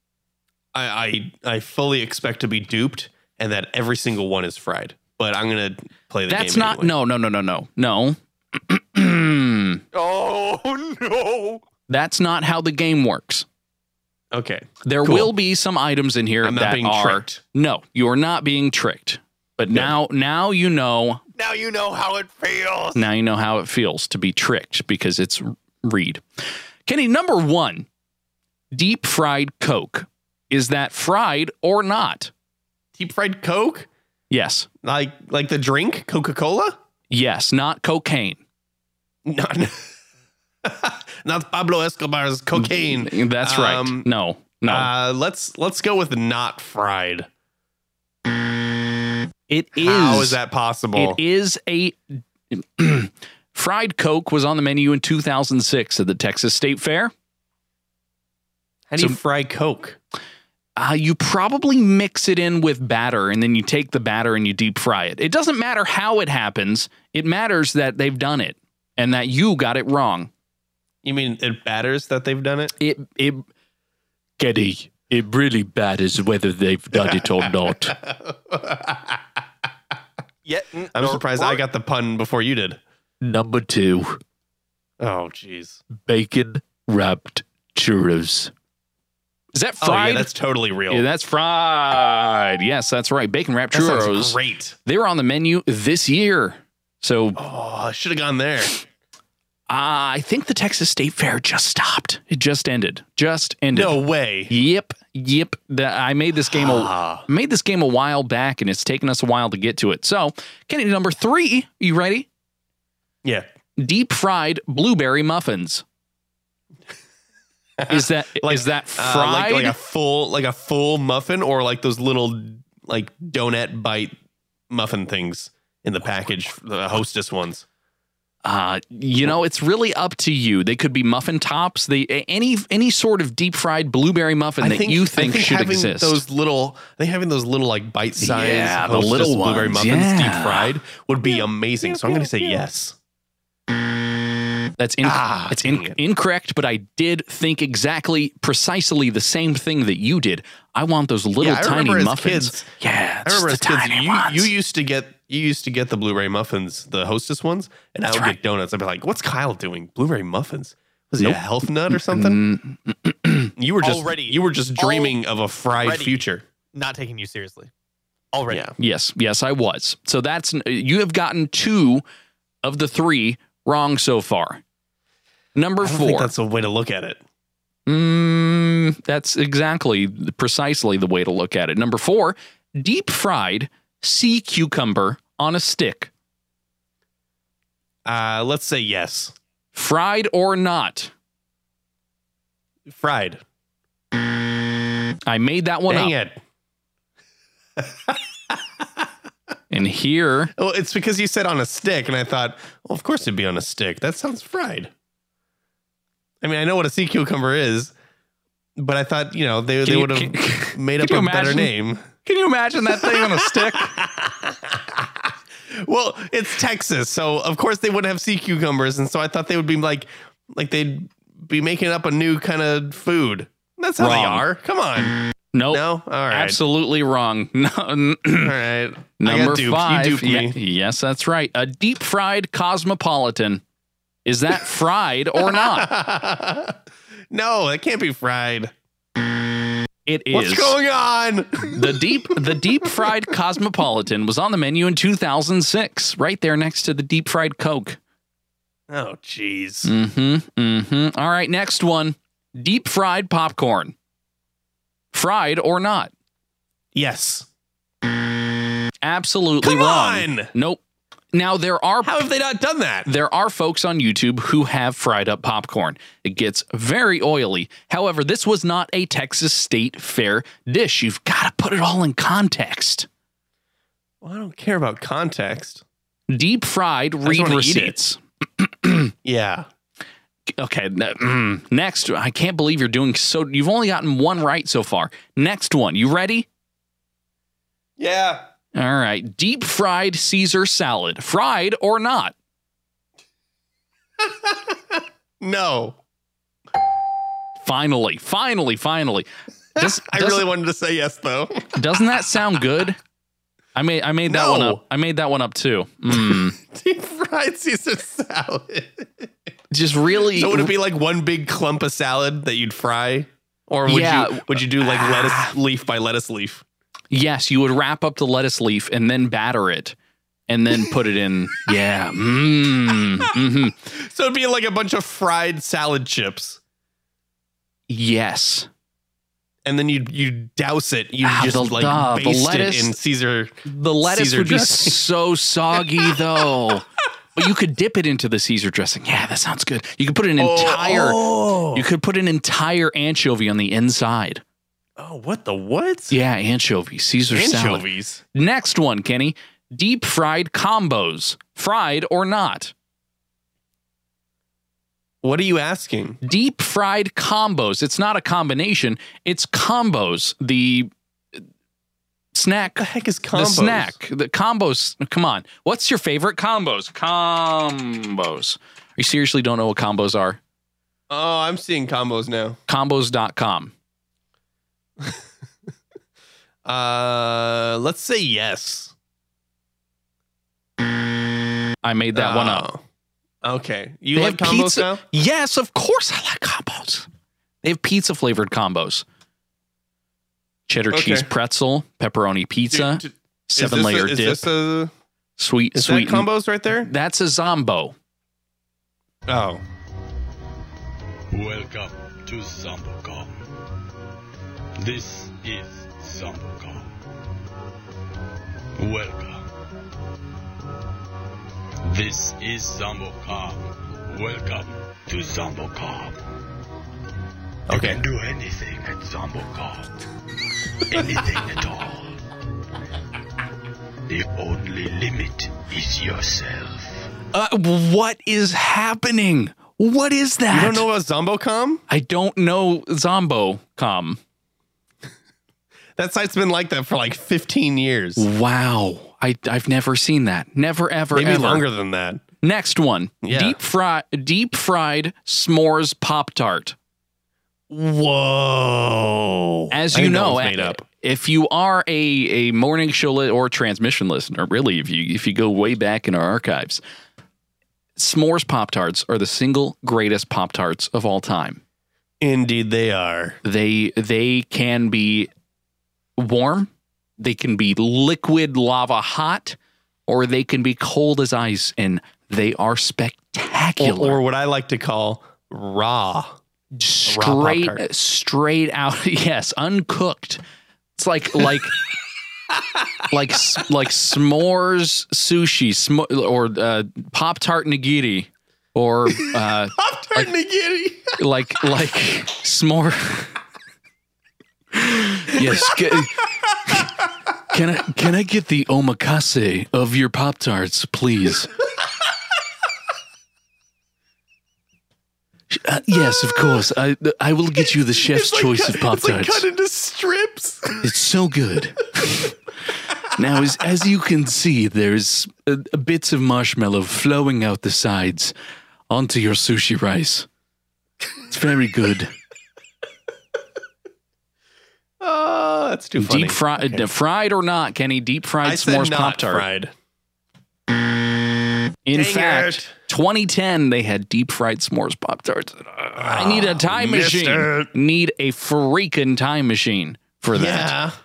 Speaker 4: I, I I fully expect to be duped and that every single one is fried. But I'm gonna play the
Speaker 3: That's
Speaker 4: game.
Speaker 3: not
Speaker 4: anyway.
Speaker 3: no no no no no no.
Speaker 8: Oh no!
Speaker 3: That's not how the game works.
Speaker 4: Okay,
Speaker 3: There
Speaker 4: Cool.
Speaker 3: will be some items in here
Speaker 4: I'm
Speaker 3: that
Speaker 4: not being
Speaker 3: are
Speaker 4: tricked.
Speaker 3: no, you are not being tricked. But now now you know
Speaker 8: Now you know how it feels.
Speaker 3: now you know how it feels to be tricked because it's read. Kenny number 1. Deep fried coke. Is that fried or not?
Speaker 4: Deep fried Coke,
Speaker 3: Yes.
Speaker 4: like like the drink Coca Cola,
Speaker 3: Yes, not cocaine.
Speaker 4: not not Pablo Escobar's cocaine.
Speaker 3: That's right.
Speaker 4: Um,
Speaker 3: no. No.
Speaker 4: Uh, let's let's go with not fried.
Speaker 3: it is
Speaker 4: How is that possible?
Speaker 3: It is a fried Coke was on the menu in 2006 at the Texas State Fair.
Speaker 4: How do you
Speaker 3: so-
Speaker 4: fry Coke?
Speaker 3: Uh, you probably mix it in with batter and then you take the batter and you deep fry it. It doesn't matter how it happens, it matters that they've done it and that you got it wrong.
Speaker 4: You mean it batters that they've done it?
Speaker 3: It, it, Getty, it really matters whether they've done it or not.
Speaker 8: Yet n-
Speaker 4: I'm
Speaker 8: or-
Speaker 4: surprised
Speaker 8: or-
Speaker 4: I got the pun before you did.
Speaker 3: Number two,
Speaker 4: Oh, jeez.
Speaker 3: bacon wrapped churros. Is that
Speaker 4: Oh, yeah,
Speaker 3: fried?
Speaker 4: that's totally real.
Speaker 3: Yeah, that's fried. Yes, that's right. Bacon wrapped
Speaker 4: That sounds
Speaker 3: churros.
Speaker 4: great.
Speaker 3: They were on the menu this year. So uh,
Speaker 4: Oh, I should have gone there.
Speaker 3: I think the Texas State Fair just stopped. It just ended. Just ended.
Speaker 4: No way.
Speaker 3: Yep. Yep. The- I made this game a,
Speaker 4: Ah.
Speaker 3: made this game a while back, and it's taken us a while to get to it. So, Kenny, number three. You ready?
Speaker 4: Yeah.
Speaker 3: Deep fried blueberry muffins. Is that is
Speaker 4: Like,
Speaker 3: that
Speaker 4: Uh,
Speaker 3: fried?
Speaker 4: like, like a full like a full muffin or like those little like donut bite muffin things in the package, the hostess ones.
Speaker 3: Uh, you know, it's really up to you. They could be muffin tops. They a- any any sort of deep fried blueberry muffin that you think, should
Speaker 4: having
Speaker 3: exist.
Speaker 4: Those little, I think having those little like bite sized
Speaker 3: Yeah, the little
Speaker 4: blueberry
Speaker 3: ones,
Speaker 4: muffins
Speaker 3: yeah.
Speaker 4: deep fried would be amazing. so I'm going to say yes.
Speaker 3: That's in,
Speaker 4: Ah,
Speaker 3: that's in,
Speaker 4: dang it.
Speaker 3: incorrect. But I did think exactly precisely the same thing that you did. I want those little
Speaker 4: Yeah, I
Speaker 3: tiny
Speaker 4: remember as
Speaker 3: muffins.
Speaker 4: kids-
Speaker 3: yeah,
Speaker 4: I remember as
Speaker 3: just the
Speaker 4: kids,
Speaker 3: tiny
Speaker 4: you,
Speaker 3: ones.
Speaker 4: you used to get you used to get the blueberry muffins, the hostess ones, and I would
Speaker 3: right.
Speaker 4: get donuts. I'd be like, "What's Kyle doing? Blueberry muffins? Was he a health nut or something?" you were just
Speaker 8: Already.
Speaker 4: you were just dreaming of a fried
Speaker 8: Already.
Speaker 4: future.
Speaker 8: Not taking you seriously. Already.
Speaker 4: Yeah,
Speaker 3: Yes, yes, I was. So that's uh, you have gotten two of the three wrong so far. Number
Speaker 4: I don't
Speaker 3: four.
Speaker 4: think that's a way to look at it.
Speaker 3: Mm, that's exactly precisely the way to look at it. Number four, deep fried sea cucumber on a stick.
Speaker 4: Uh, let's say yes,
Speaker 3: Fried or not,
Speaker 4: fried.
Speaker 3: I made that one
Speaker 4: Dang
Speaker 3: up.
Speaker 4: it!
Speaker 3: And here,
Speaker 4: Well, it's because you said on a stick, and I thought, well, of course it'd be on a stick. That sounds fried. I mean, I know what a sea cucumber is, but I thought, you know, they, they
Speaker 3: you-
Speaker 4: would
Speaker 3: can-
Speaker 4: have made
Speaker 3: can
Speaker 4: up
Speaker 3: you
Speaker 4: a
Speaker 3: imagine?
Speaker 4: better name.
Speaker 3: can you imagine that thing on a stick?
Speaker 4: Well, it's Texas, so of course they wouldn't have sea cucumbers, and so I thought they would be like, like they'd be making up a new kind of food. That's how
Speaker 3: Wrong.
Speaker 4: they are. Come on.
Speaker 3: Nope.
Speaker 4: No, all right,
Speaker 3: Absolutely wrong. No,
Speaker 4: all right. I
Speaker 3: number
Speaker 4: got duped.
Speaker 3: five.
Speaker 4: You duped
Speaker 3: Ye-
Speaker 4: me.
Speaker 3: yes, that's right. A deep fried cosmopolitan. Is that fried or not?
Speaker 4: no, it can't be fried.
Speaker 3: It is.
Speaker 4: What's going on?
Speaker 3: The deep the deep fried cosmopolitan was on the menu in 2006, right there next to the deep fried Coke.
Speaker 4: Oh, jeez.
Speaker 3: Mm-hmm. Mm-hmm. All right, next one. Deep fried popcorn. Fried or not.
Speaker 4: Yes.
Speaker 3: Absolutely
Speaker 4: Come
Speaker 3: wrong.
Speaker 4: on!
Speaker 3: Nope. Now there are
Speaker 4: How have they not done that?
Speaker 3: there are folks on YouTube who have fried up popcorn. It gets very oily. However, this was not a Texas State Fair dish. You've got to put it all in context.
Speaker 4: Well, I don't care about context.
Speaker 3: Deep fried
Speaker 4: just
Speaker 3: read
Speaker 4: wanna eat it.
Speaker 3: receipts.
Speaker 4: Yeah.
Speaker 3: Okay, n- mm, next. I can't believe you're doing so. You've only gotten one right so far. Next one. You ready?
Speaker 4: Yeah.
Speaker 3: All right. Deep fried Caesar salad, fried or not.
Speaker 4: No.
Speaker 3: Finally, finally, finally. Does,
Speaker 4: I
Speaker 3: does-
Speaker 4: really wanted to say yes though.
Speaker 3: Doesn't that sound good? I made I made that
Speaker 4: No.
Speaker 3: one up. I made that one up too. Mm.
Speaker 4: Deep fried Caesar salad.
Speaker 3: Just really.
Speaker 4: So would it be like one big clump of salad that you'd fry? Or would
Speaker 3: Yeah. Ah.
Speaker 4: you would you do like lettuce leaf by lettuce leaf?
Speaker 3: yes, you would wrap up the lettuce leaf and then batter it, and then put it in. yeah. Mm, hmm
Speaker 4: So it'd be like a bunch of fried salad chips.
Speaker 3: Yes.
Speaker 4: And then you you douse it. You
Speaker 3: Ah,
Speaker 4: just
Speaker 3: the-
Speaker 4: like
Speaker 3: duh, the
Speaker 4: baste
Speaker 3: lettuce-
Speaker 4: it in Caesar.
Speaker 3: The lettuce
Speaker 4: Caesar
Speaker 3: would be
Speaker 4: dressing.
Speaker 3: so soggy though. But you could dip it into the Caesar dressing. Yeah, that sounds good. You could put an entire
Speaker 4: Oh,
Speaker 3: you could put an entire anchovy on the inside.
Speaker 4: oh what the what?
Speaker 3: Yeah, anchovy, Caesar salad.
Speaker 4: Anchovies.
Speaker 3: Next one, Kenny. Deep fried combos, fried or not.
Speaker 4: What are you asking?
Speaker 3: Deep fried combos. It's not a combination, it's combos. The snack.
Speaker 4: The heck is combos?
Speaker 3: The snack. The combos. Come on. What's your favorite combos? Combos. You seriously don't know what combos are?
Speaker 4: Oh, I'm seeing combos now.
Speaker 3: Combos.com.
Speaker 4: Uh, let's say yes.
Speaker 3: I made that one up.
Speaker 4: Oh. Okay, you
Speaker 3: They
Speaker 4: like
Speaker 3: have
Speaker 4: combos
Speaker 3: pizza-
Speaker 4: now?
Speaker 3: Yes, of course I like combos. They have pizza flavored combos. Cheddar
Speaker 4: Okay.
Speaker 3: cheese pretzel, pepperoni pizza,
Speaker 4: Dude, d- is
Speaker 3: seven
Speaker 4: this
Speaker 3: layer
Speaker 4: a, is
Speaker 3: dip,
Speaker 4: This a,
Speaker 3: sweet
Speaker 4: is
Speaker 3: sweet
Speaker 4: that combos right there?
Speaker 3: That's a zombo.
Speaker 4: Oh,
Speaker 9: Welcome to ZomboCom. This is ZomboCom. Welcome. This is ZomboCom. Welcome to ZomboCom. You
Speaker 4: okay.
Speaker 9: can do anything at ZomboCom. anything at all. The only limit is yourself.
Speaker 3: Uh, what is happening? What is that?
Speaker 4: You don't know about ZomboCom?
Speaker 3: I don't know zombo com.
Speaker 4: That site's been like that for like 15 years,
Speaker 3: Wow. I, I've never seen that. Never ever
Speaker 4: maybe
Speaker 3: ever.
Speaker 4: longer than that.
Speaker 3: Next one.
Speaker 4: Yeah.
Speaker 3: Deep fry deep fried s'mores pop tart.
Speaker 4: Whoa!
Speaker 3: As
Speaker 4: I
Speaker 3: you
Speaker 4: think that
Speaker 3: know, eh,
Speaker 4: one's made up.
Speaker 3: if you are a, a morning show li- or transmission listener, really, if you if you go way back in our archives, s'mores pop tarts are the single greatest pop tarts of all time.
Speaker 4: Indeed, they are.
Speaker 3: They they can be warm, they can be liquid lava hot, or they can be cold as ice, and they are
Speaker 4: Or,
Speaker 3: spectacular.
Speaker 4: or what I like to call raw. raw
Speaker 3: straight
Speaker 4: Pop-Tart.
Speaker 3: straight out yes uncooked it's like like like s- like smores sushi sm- or uh, pop tart nigiri or uh,
Speaker 4: Pop tart nigiri.
Speaker 3: like like s'more yes ca- can i can i get the omakase of your pop tarts please Uh, yes, of course. I I will get you the chef's choice of pop tarts.
Speaker 4: It's like cut into strips.
Speaker 3: It's so good. now, as, as you can see, there's uh, bits of marshmallow flowing out the sides onto your sushi rice. It's very good.
Speaker 4: Oh, that's too funny.
Speaker 3: Deep fried, uh, fried or not, Kenny? Deep fried
Speaker 4: I said
Speaker 3: s'mores
Speaker 4: not
Speaker 3: pop tart.
Speaker 4: fried.
Speaker 3: In
Speaker 4: Dang
Speaker 3: fact,
Speaker 4: it.
Speaker 3: 2010 they had deep fried s'mores pop tarts. I need a time
Speaker 4: Ah, missed
Speaker 3: machine.
Speaker 4: it.
Speaker 3: Need a freaking time machine for that.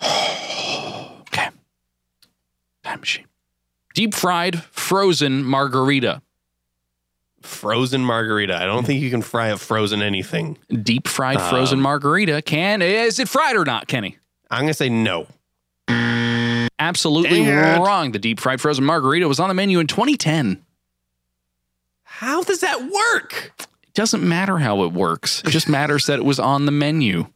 Speaker 4: Yeah.
Speaker 3: Okay. Time machine. Deep fried frozen margarita.
Speaker 4: Frozen margarita. I don't think you can fry a frozen anything.
Speaker 3: deep fried frozen margarita can is it fried or not kenny
Speaker 4: I'm gonna say no.
Speaker 3: absolutely
Speaker 4: Dang it.
Speaker 3: wrong. The deep fried frozen margarita was on the menu in 2010.
Speaker 4: How does that work?
Speaker 3: It doesn't matter how it works. It just matters that it was on the menu.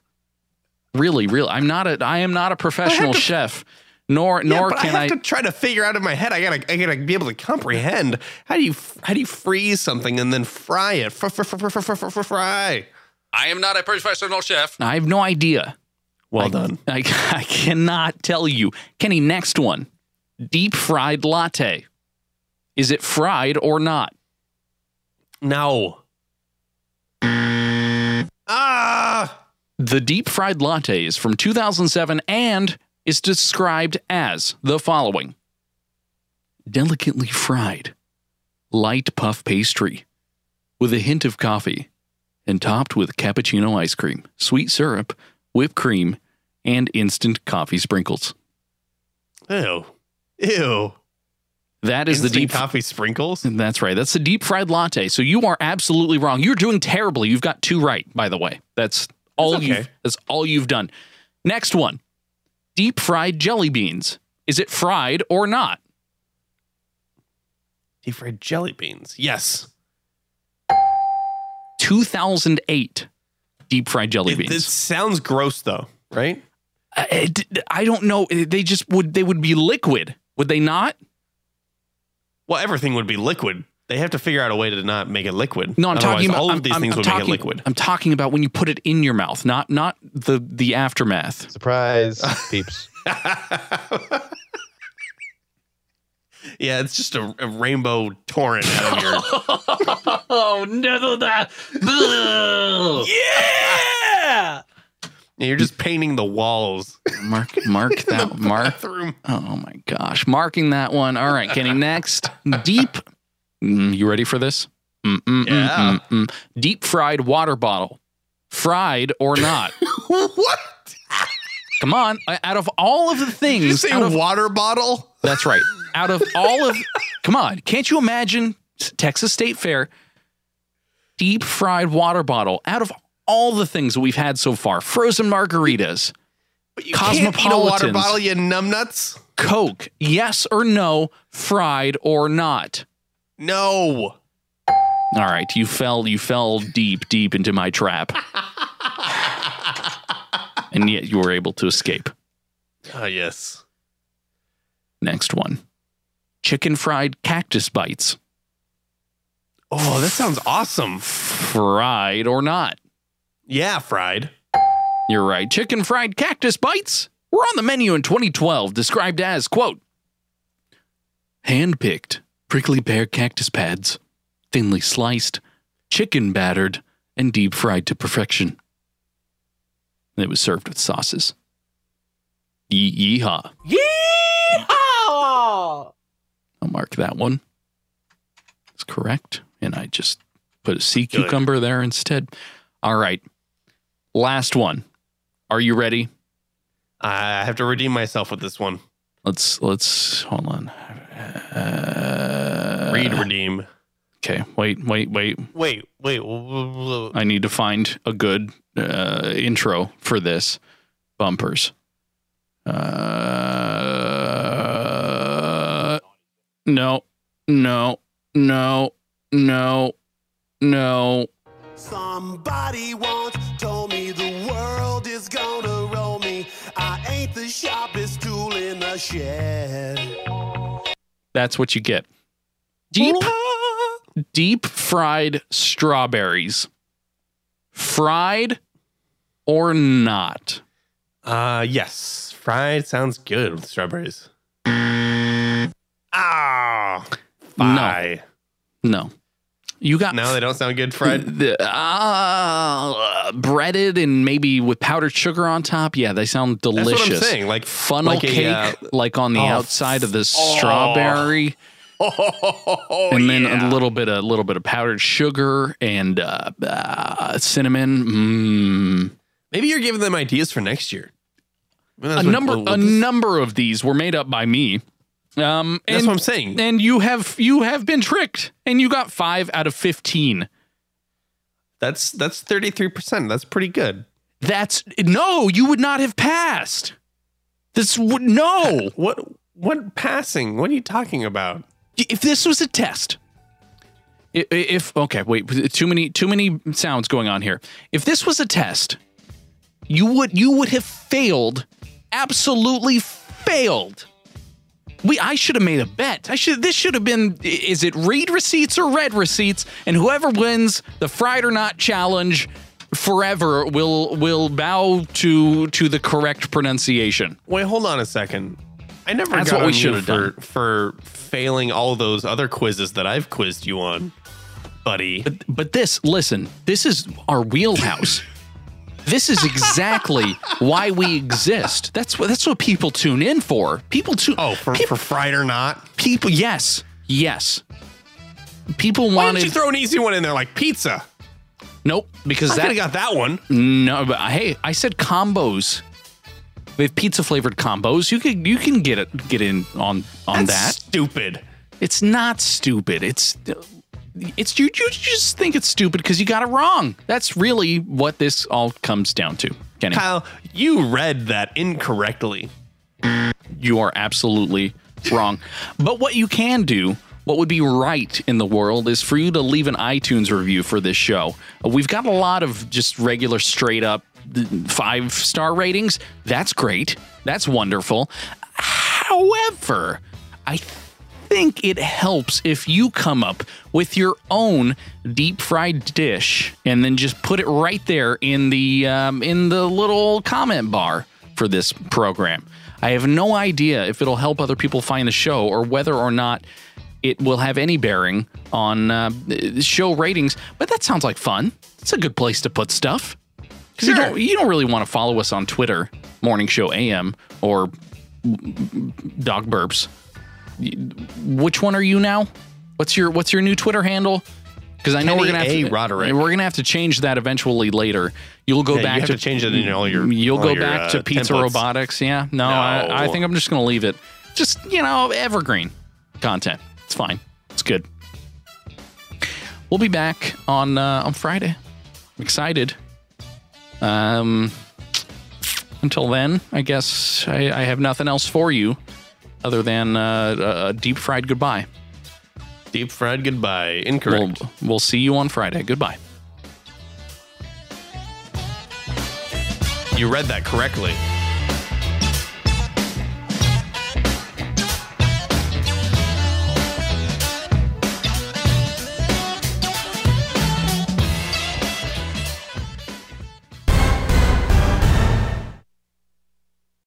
Speaker 3: Really, really. I'm not a I am not a professional chef. Nor
Speaker 4: Yeah,
Speaker 3: nor
Speaker 4: but
Speaker 3: can
Speaker 4: I
Speaker 3: I,
Speaker 4: have to try to figure out in my head. I gotta, I gotta be able to comprehend. How do you, how do you freeze something and then fry it? Fr- fr- fr- fr- fr- fr- fr- fr- Fry.
Speaker 3: I am not a professional chef. I have no idea.
Speaker 4: Well
Speaker 3: I-
Speaker 4: done.
Speaker 3: I, I cannot tell you. Kenny, next one. Deep fried latte. Is it fried or not?
Speaker 4: No. Ah.
Speaker 3: The deep fried latte is from 2007 and is described as the following delicately fried, light puff pastry with a hint of coffee and topped with cappuccino ice cream, sweet syrup, whipped cream, and instant coffee sprinkles.
Speaker 4: Ew. Ew.
Speaker 3: That is
Speaker 4: Instant
Speaker 3: the deep
Speaker 4: coffee sprinkles?
Speaker 3: That's right. That's the deep fried latte. So you are absolutely wrong. You're doing terribly. You've got two right, by the way. That's all
Speaker 4: okay.
Speaker 3: you've that's all you've done. Next one. Deep fried jelly beans. Is it fried or not?
Speaker 4: Deep fried jelly beans. Yes.
Speaker 3: 2008 deep fried jelly
Speaker 4: It, this
Speaker 3: beans. Uh,
Speaker 4: sounds gross though, right?
Speaker 3: I, I- I don't know. Uh, They just would they would be liquid. Would they not?
Speaker 4: Well, everything would be liquid. They have to figure out a way to not make it liquid.
Speaker 3: No, I'm
Speaker 4: Otherwise,
Speaker 3: talking about
Speaker 4: all
Speaker 3: I'm-
Speaker 4: of these
Speaker 3: I'm-
Speaker 4: things
Speaker 3: I'm
Speaker 4: would
Speaker 3: talking,
Speaker 4: make it liquid.
Speaker 3: I'm talking about when you put it in your mouth, not not the the aftermath.
Speaker 7: Surprise, peeps.
Speaker 4: yeah, it's just a, a rainbow torrent out of your
Speaker 3: Oh no, that
Speaker 8: Yeah.
Speaker 4: Yeah, You're just painting the walls.
Speaker 3: mark mark that mark.
Speaker 4: Bathroom.
Speaker 3: Oh my gosh, marking that one. All right, Kenny. Next, deep. Mm, you ready for this? Mm, mm, mm,
Speaker 4: Yeah.
Speaker 3: mm, mm. Deep fried water bottle, fried or not?
Speaker 4: what?
Speaker 3: Come on. uh, Out of all of the things,
Speaker 4: Did you say
Speaker 3: out of-
Speaker 4: water bottle?
Speaker 3: that's right. Out of all of, come on. Can't you imagine Texas State Fair? Deep fried water bottle. Out of all the things that we've had so far, frozen margaritas.
Speaker 4: But you can't eat a
Speaker 3: Cosmopolitans.
Speaker 4: water bottle, you numbnuts.
Speaker 3: Coke, yes or no, fried or not.
Speaker 4: No.
Speaker 3: All right, you fell you fell deep deep into my trap. and yet you were able to escape.
Speaker 4: Oh yes.
Speaker 3: Next one. Chicken fried cactus bites,
Speaker 4: Oh, that sounds awesome.
Speaker 3: fried or not.
Speaker 4: Yeah, fried.
Speaker 3: You're right. Chicken fried cactus bites were on the menu in 2012, described as, quote, hand-picked prickly pear cactus pads, thinly sliced, chicken battered, and deep fried to perfection. And it was served with sauces. Ye- yeehaw.
Speaker 8: Yeehaw!
Speaker 3: I'll mark that one. It's correct. And I just put a sea
Speaker 4: Good.
Speaker 3: cucumber there instead. All right. Last one. Are you ready?
Speaker 4: I have to redeem myself with this one.
Speaker 3: Let's let's hold on. Uh,
Speaker 4: Read, redeem.
Speaker 3: Okay, wait, wait, wait.
Speaker 8: Wait, wait. w- w- w-
Speaker 3: I need to find a good uh, intro for this bumpers. Uh, no, no, no, no, no.
Speaker 5: Somebody once told me the world is gonna roll me. I ain't the sharpest tool in the shed.
Speaker 3: That's what you get. Deep, deep fried strawberries, fried or not.
Speaker 4: Uh yes. Fried sounds good with strawberries. Ah. Bye.
Speaker 3: No, you got
Speaker 4: No, they don't sound good fried.
Speaker 3: The, ah, breaded and maybe with powdered sugar on top. Yeah, they sound
Speaker 4: what I'm
Speaker 3: delicious.
Speaker 4: saying, like-
Speaker 3: funnel
Speaker 4: like a,
Speaker 3: cake,
Speaker 4: uh,
Speaker 3: like on the
Speaker 4: oh,
Speaker 3: outside of the strawberry,
Speaker 4: Oh,
Speaker 3: and then a little bit, a little bit of powdered sugar and uh, uh, cinnamon. Mm.
Speaker 4: Maybe you're giving them ideas for next year. Maybe
Speaker 3: A
Speaker 4: that's what-
Speaker 3: number,
Speaker 4: what
Speaker 3: a
Speaker 4: this-
Speaker 3: number of these were made up by me. Um,
Speaker 4: That's
Speaker 3: and,
Speaker 4: what I'm saying.
Speaker 3: and you have you have been tricked, and you got five out of fifteen.
Speaker 4: That's that's 33%. That's pretty good.
Speaker 3: That's no, you would not have passed. This would no.
Speaker 4: What What passing? What are you talking about?
Speaker 3: If this was a test, i- i- if okay, wait, too many too many sounds going on here. If this was a test, you would you would have failed, absolutely failed. We I should have made a bet. I should this should have been i- is it read receipts or red receipts and whoever wins the fried or not challenge forever will will bow to to the correct pronunciation.
Speaker 4: Wait, hold on a second. I never
Speaker 3: That's
Speaker 4: got
Speaker 3: what we
Speaker 4: on you
Speaker 3: should've
Speaker 4: for, for failing all those other quizzes that I've quizzed you on, buddy.
Speaker 3: But but this, listen, this is our wheelhouse. this is exactly why we exist. That's what that's what people tune in for. People tune
Speaker 4: Oh, for,
Speaker 3: peop-
Speaker 4: for fried or not?
Speaker 3: people yes. Yes. People
Speaker 4: Why didn't
Speaker 3: wanted
Speaker 4: you throw an easy one in there like pizza?
Speaker 3: Nope, because
Speaker 4: I could
Speaker 3: that
Speaker 4: have got that one.
Speaker 3: no but hey, I said combos. They have pizza flavored combos. You could you can get it get in on on
Speaker 4: That's
Speaker 3: that.
Speaker 4: stupid.
Speaker 3: It's not stupid. It's it's you you just think it's stupid because you got it wrong. That's really what this all comes down to. Kenny,
Speaker 4: Kyle, you read that incorrectly.
Speaker 3: you are absolutely wrong. But what you can do, what would be right in the world, is for you to leave an iTunes review for this show. Uh, We've got a lot of just regular, straight up five star ratings. That's great. That's wonderful. However, I think it helps if you come up with your own deep fried dish and then just put it right there in the um, in the little comment bar for this program. I have no idea if it'll help other people find the show or whether or not it will have any bearing on uh, show ratings. But that sounds like fun. It's a good place to put stuff. Because you, don't, you don't really want to follow us on Twitter, Morning Show AM, or Dog Burps. Y- Which one are you now? What's your What's your new Twitter handle? Because I know we're
Speaker 4: Kenny
Speaker 3: gonna have
Speaker 4: A.
Speaker 3: to,
Speaker 4: Roderick.
Speaker 3: we're gonna have to change that eventually later. You'll go
Speaker 4: Yeah,
Speaker 3: back
Speaker 4: you have to,
Speaker 3: to
Speaker 4: change it in all your.
Speaker 3: You'll
Speaker 4: all
Speaker 3: go
Speaker 4: your,
Speaker 3: back
Speaker 4: uh,
Speaker 3: to Pizza
Speaker 4: templates.
Speaker 3: Robotics. Yeah. No, I, I
Speaker 4: No.
Speaker 3: think I'm just going to leave it. Just, you know, evergreen content. It's fine. It's good. We'll be back on uh, on Friday. I'm excited. Um, until then, I guess I, I have nothing else for you other than uh, a- a deep fried goodbye.
Speaker 4: Deep fried goodbye.
Speaker 3: We'll,
Speaker 4: Incorrect.
Speaker 3: we'll see you on Friday. Goodbye.
Speaker 4: you read that correctly.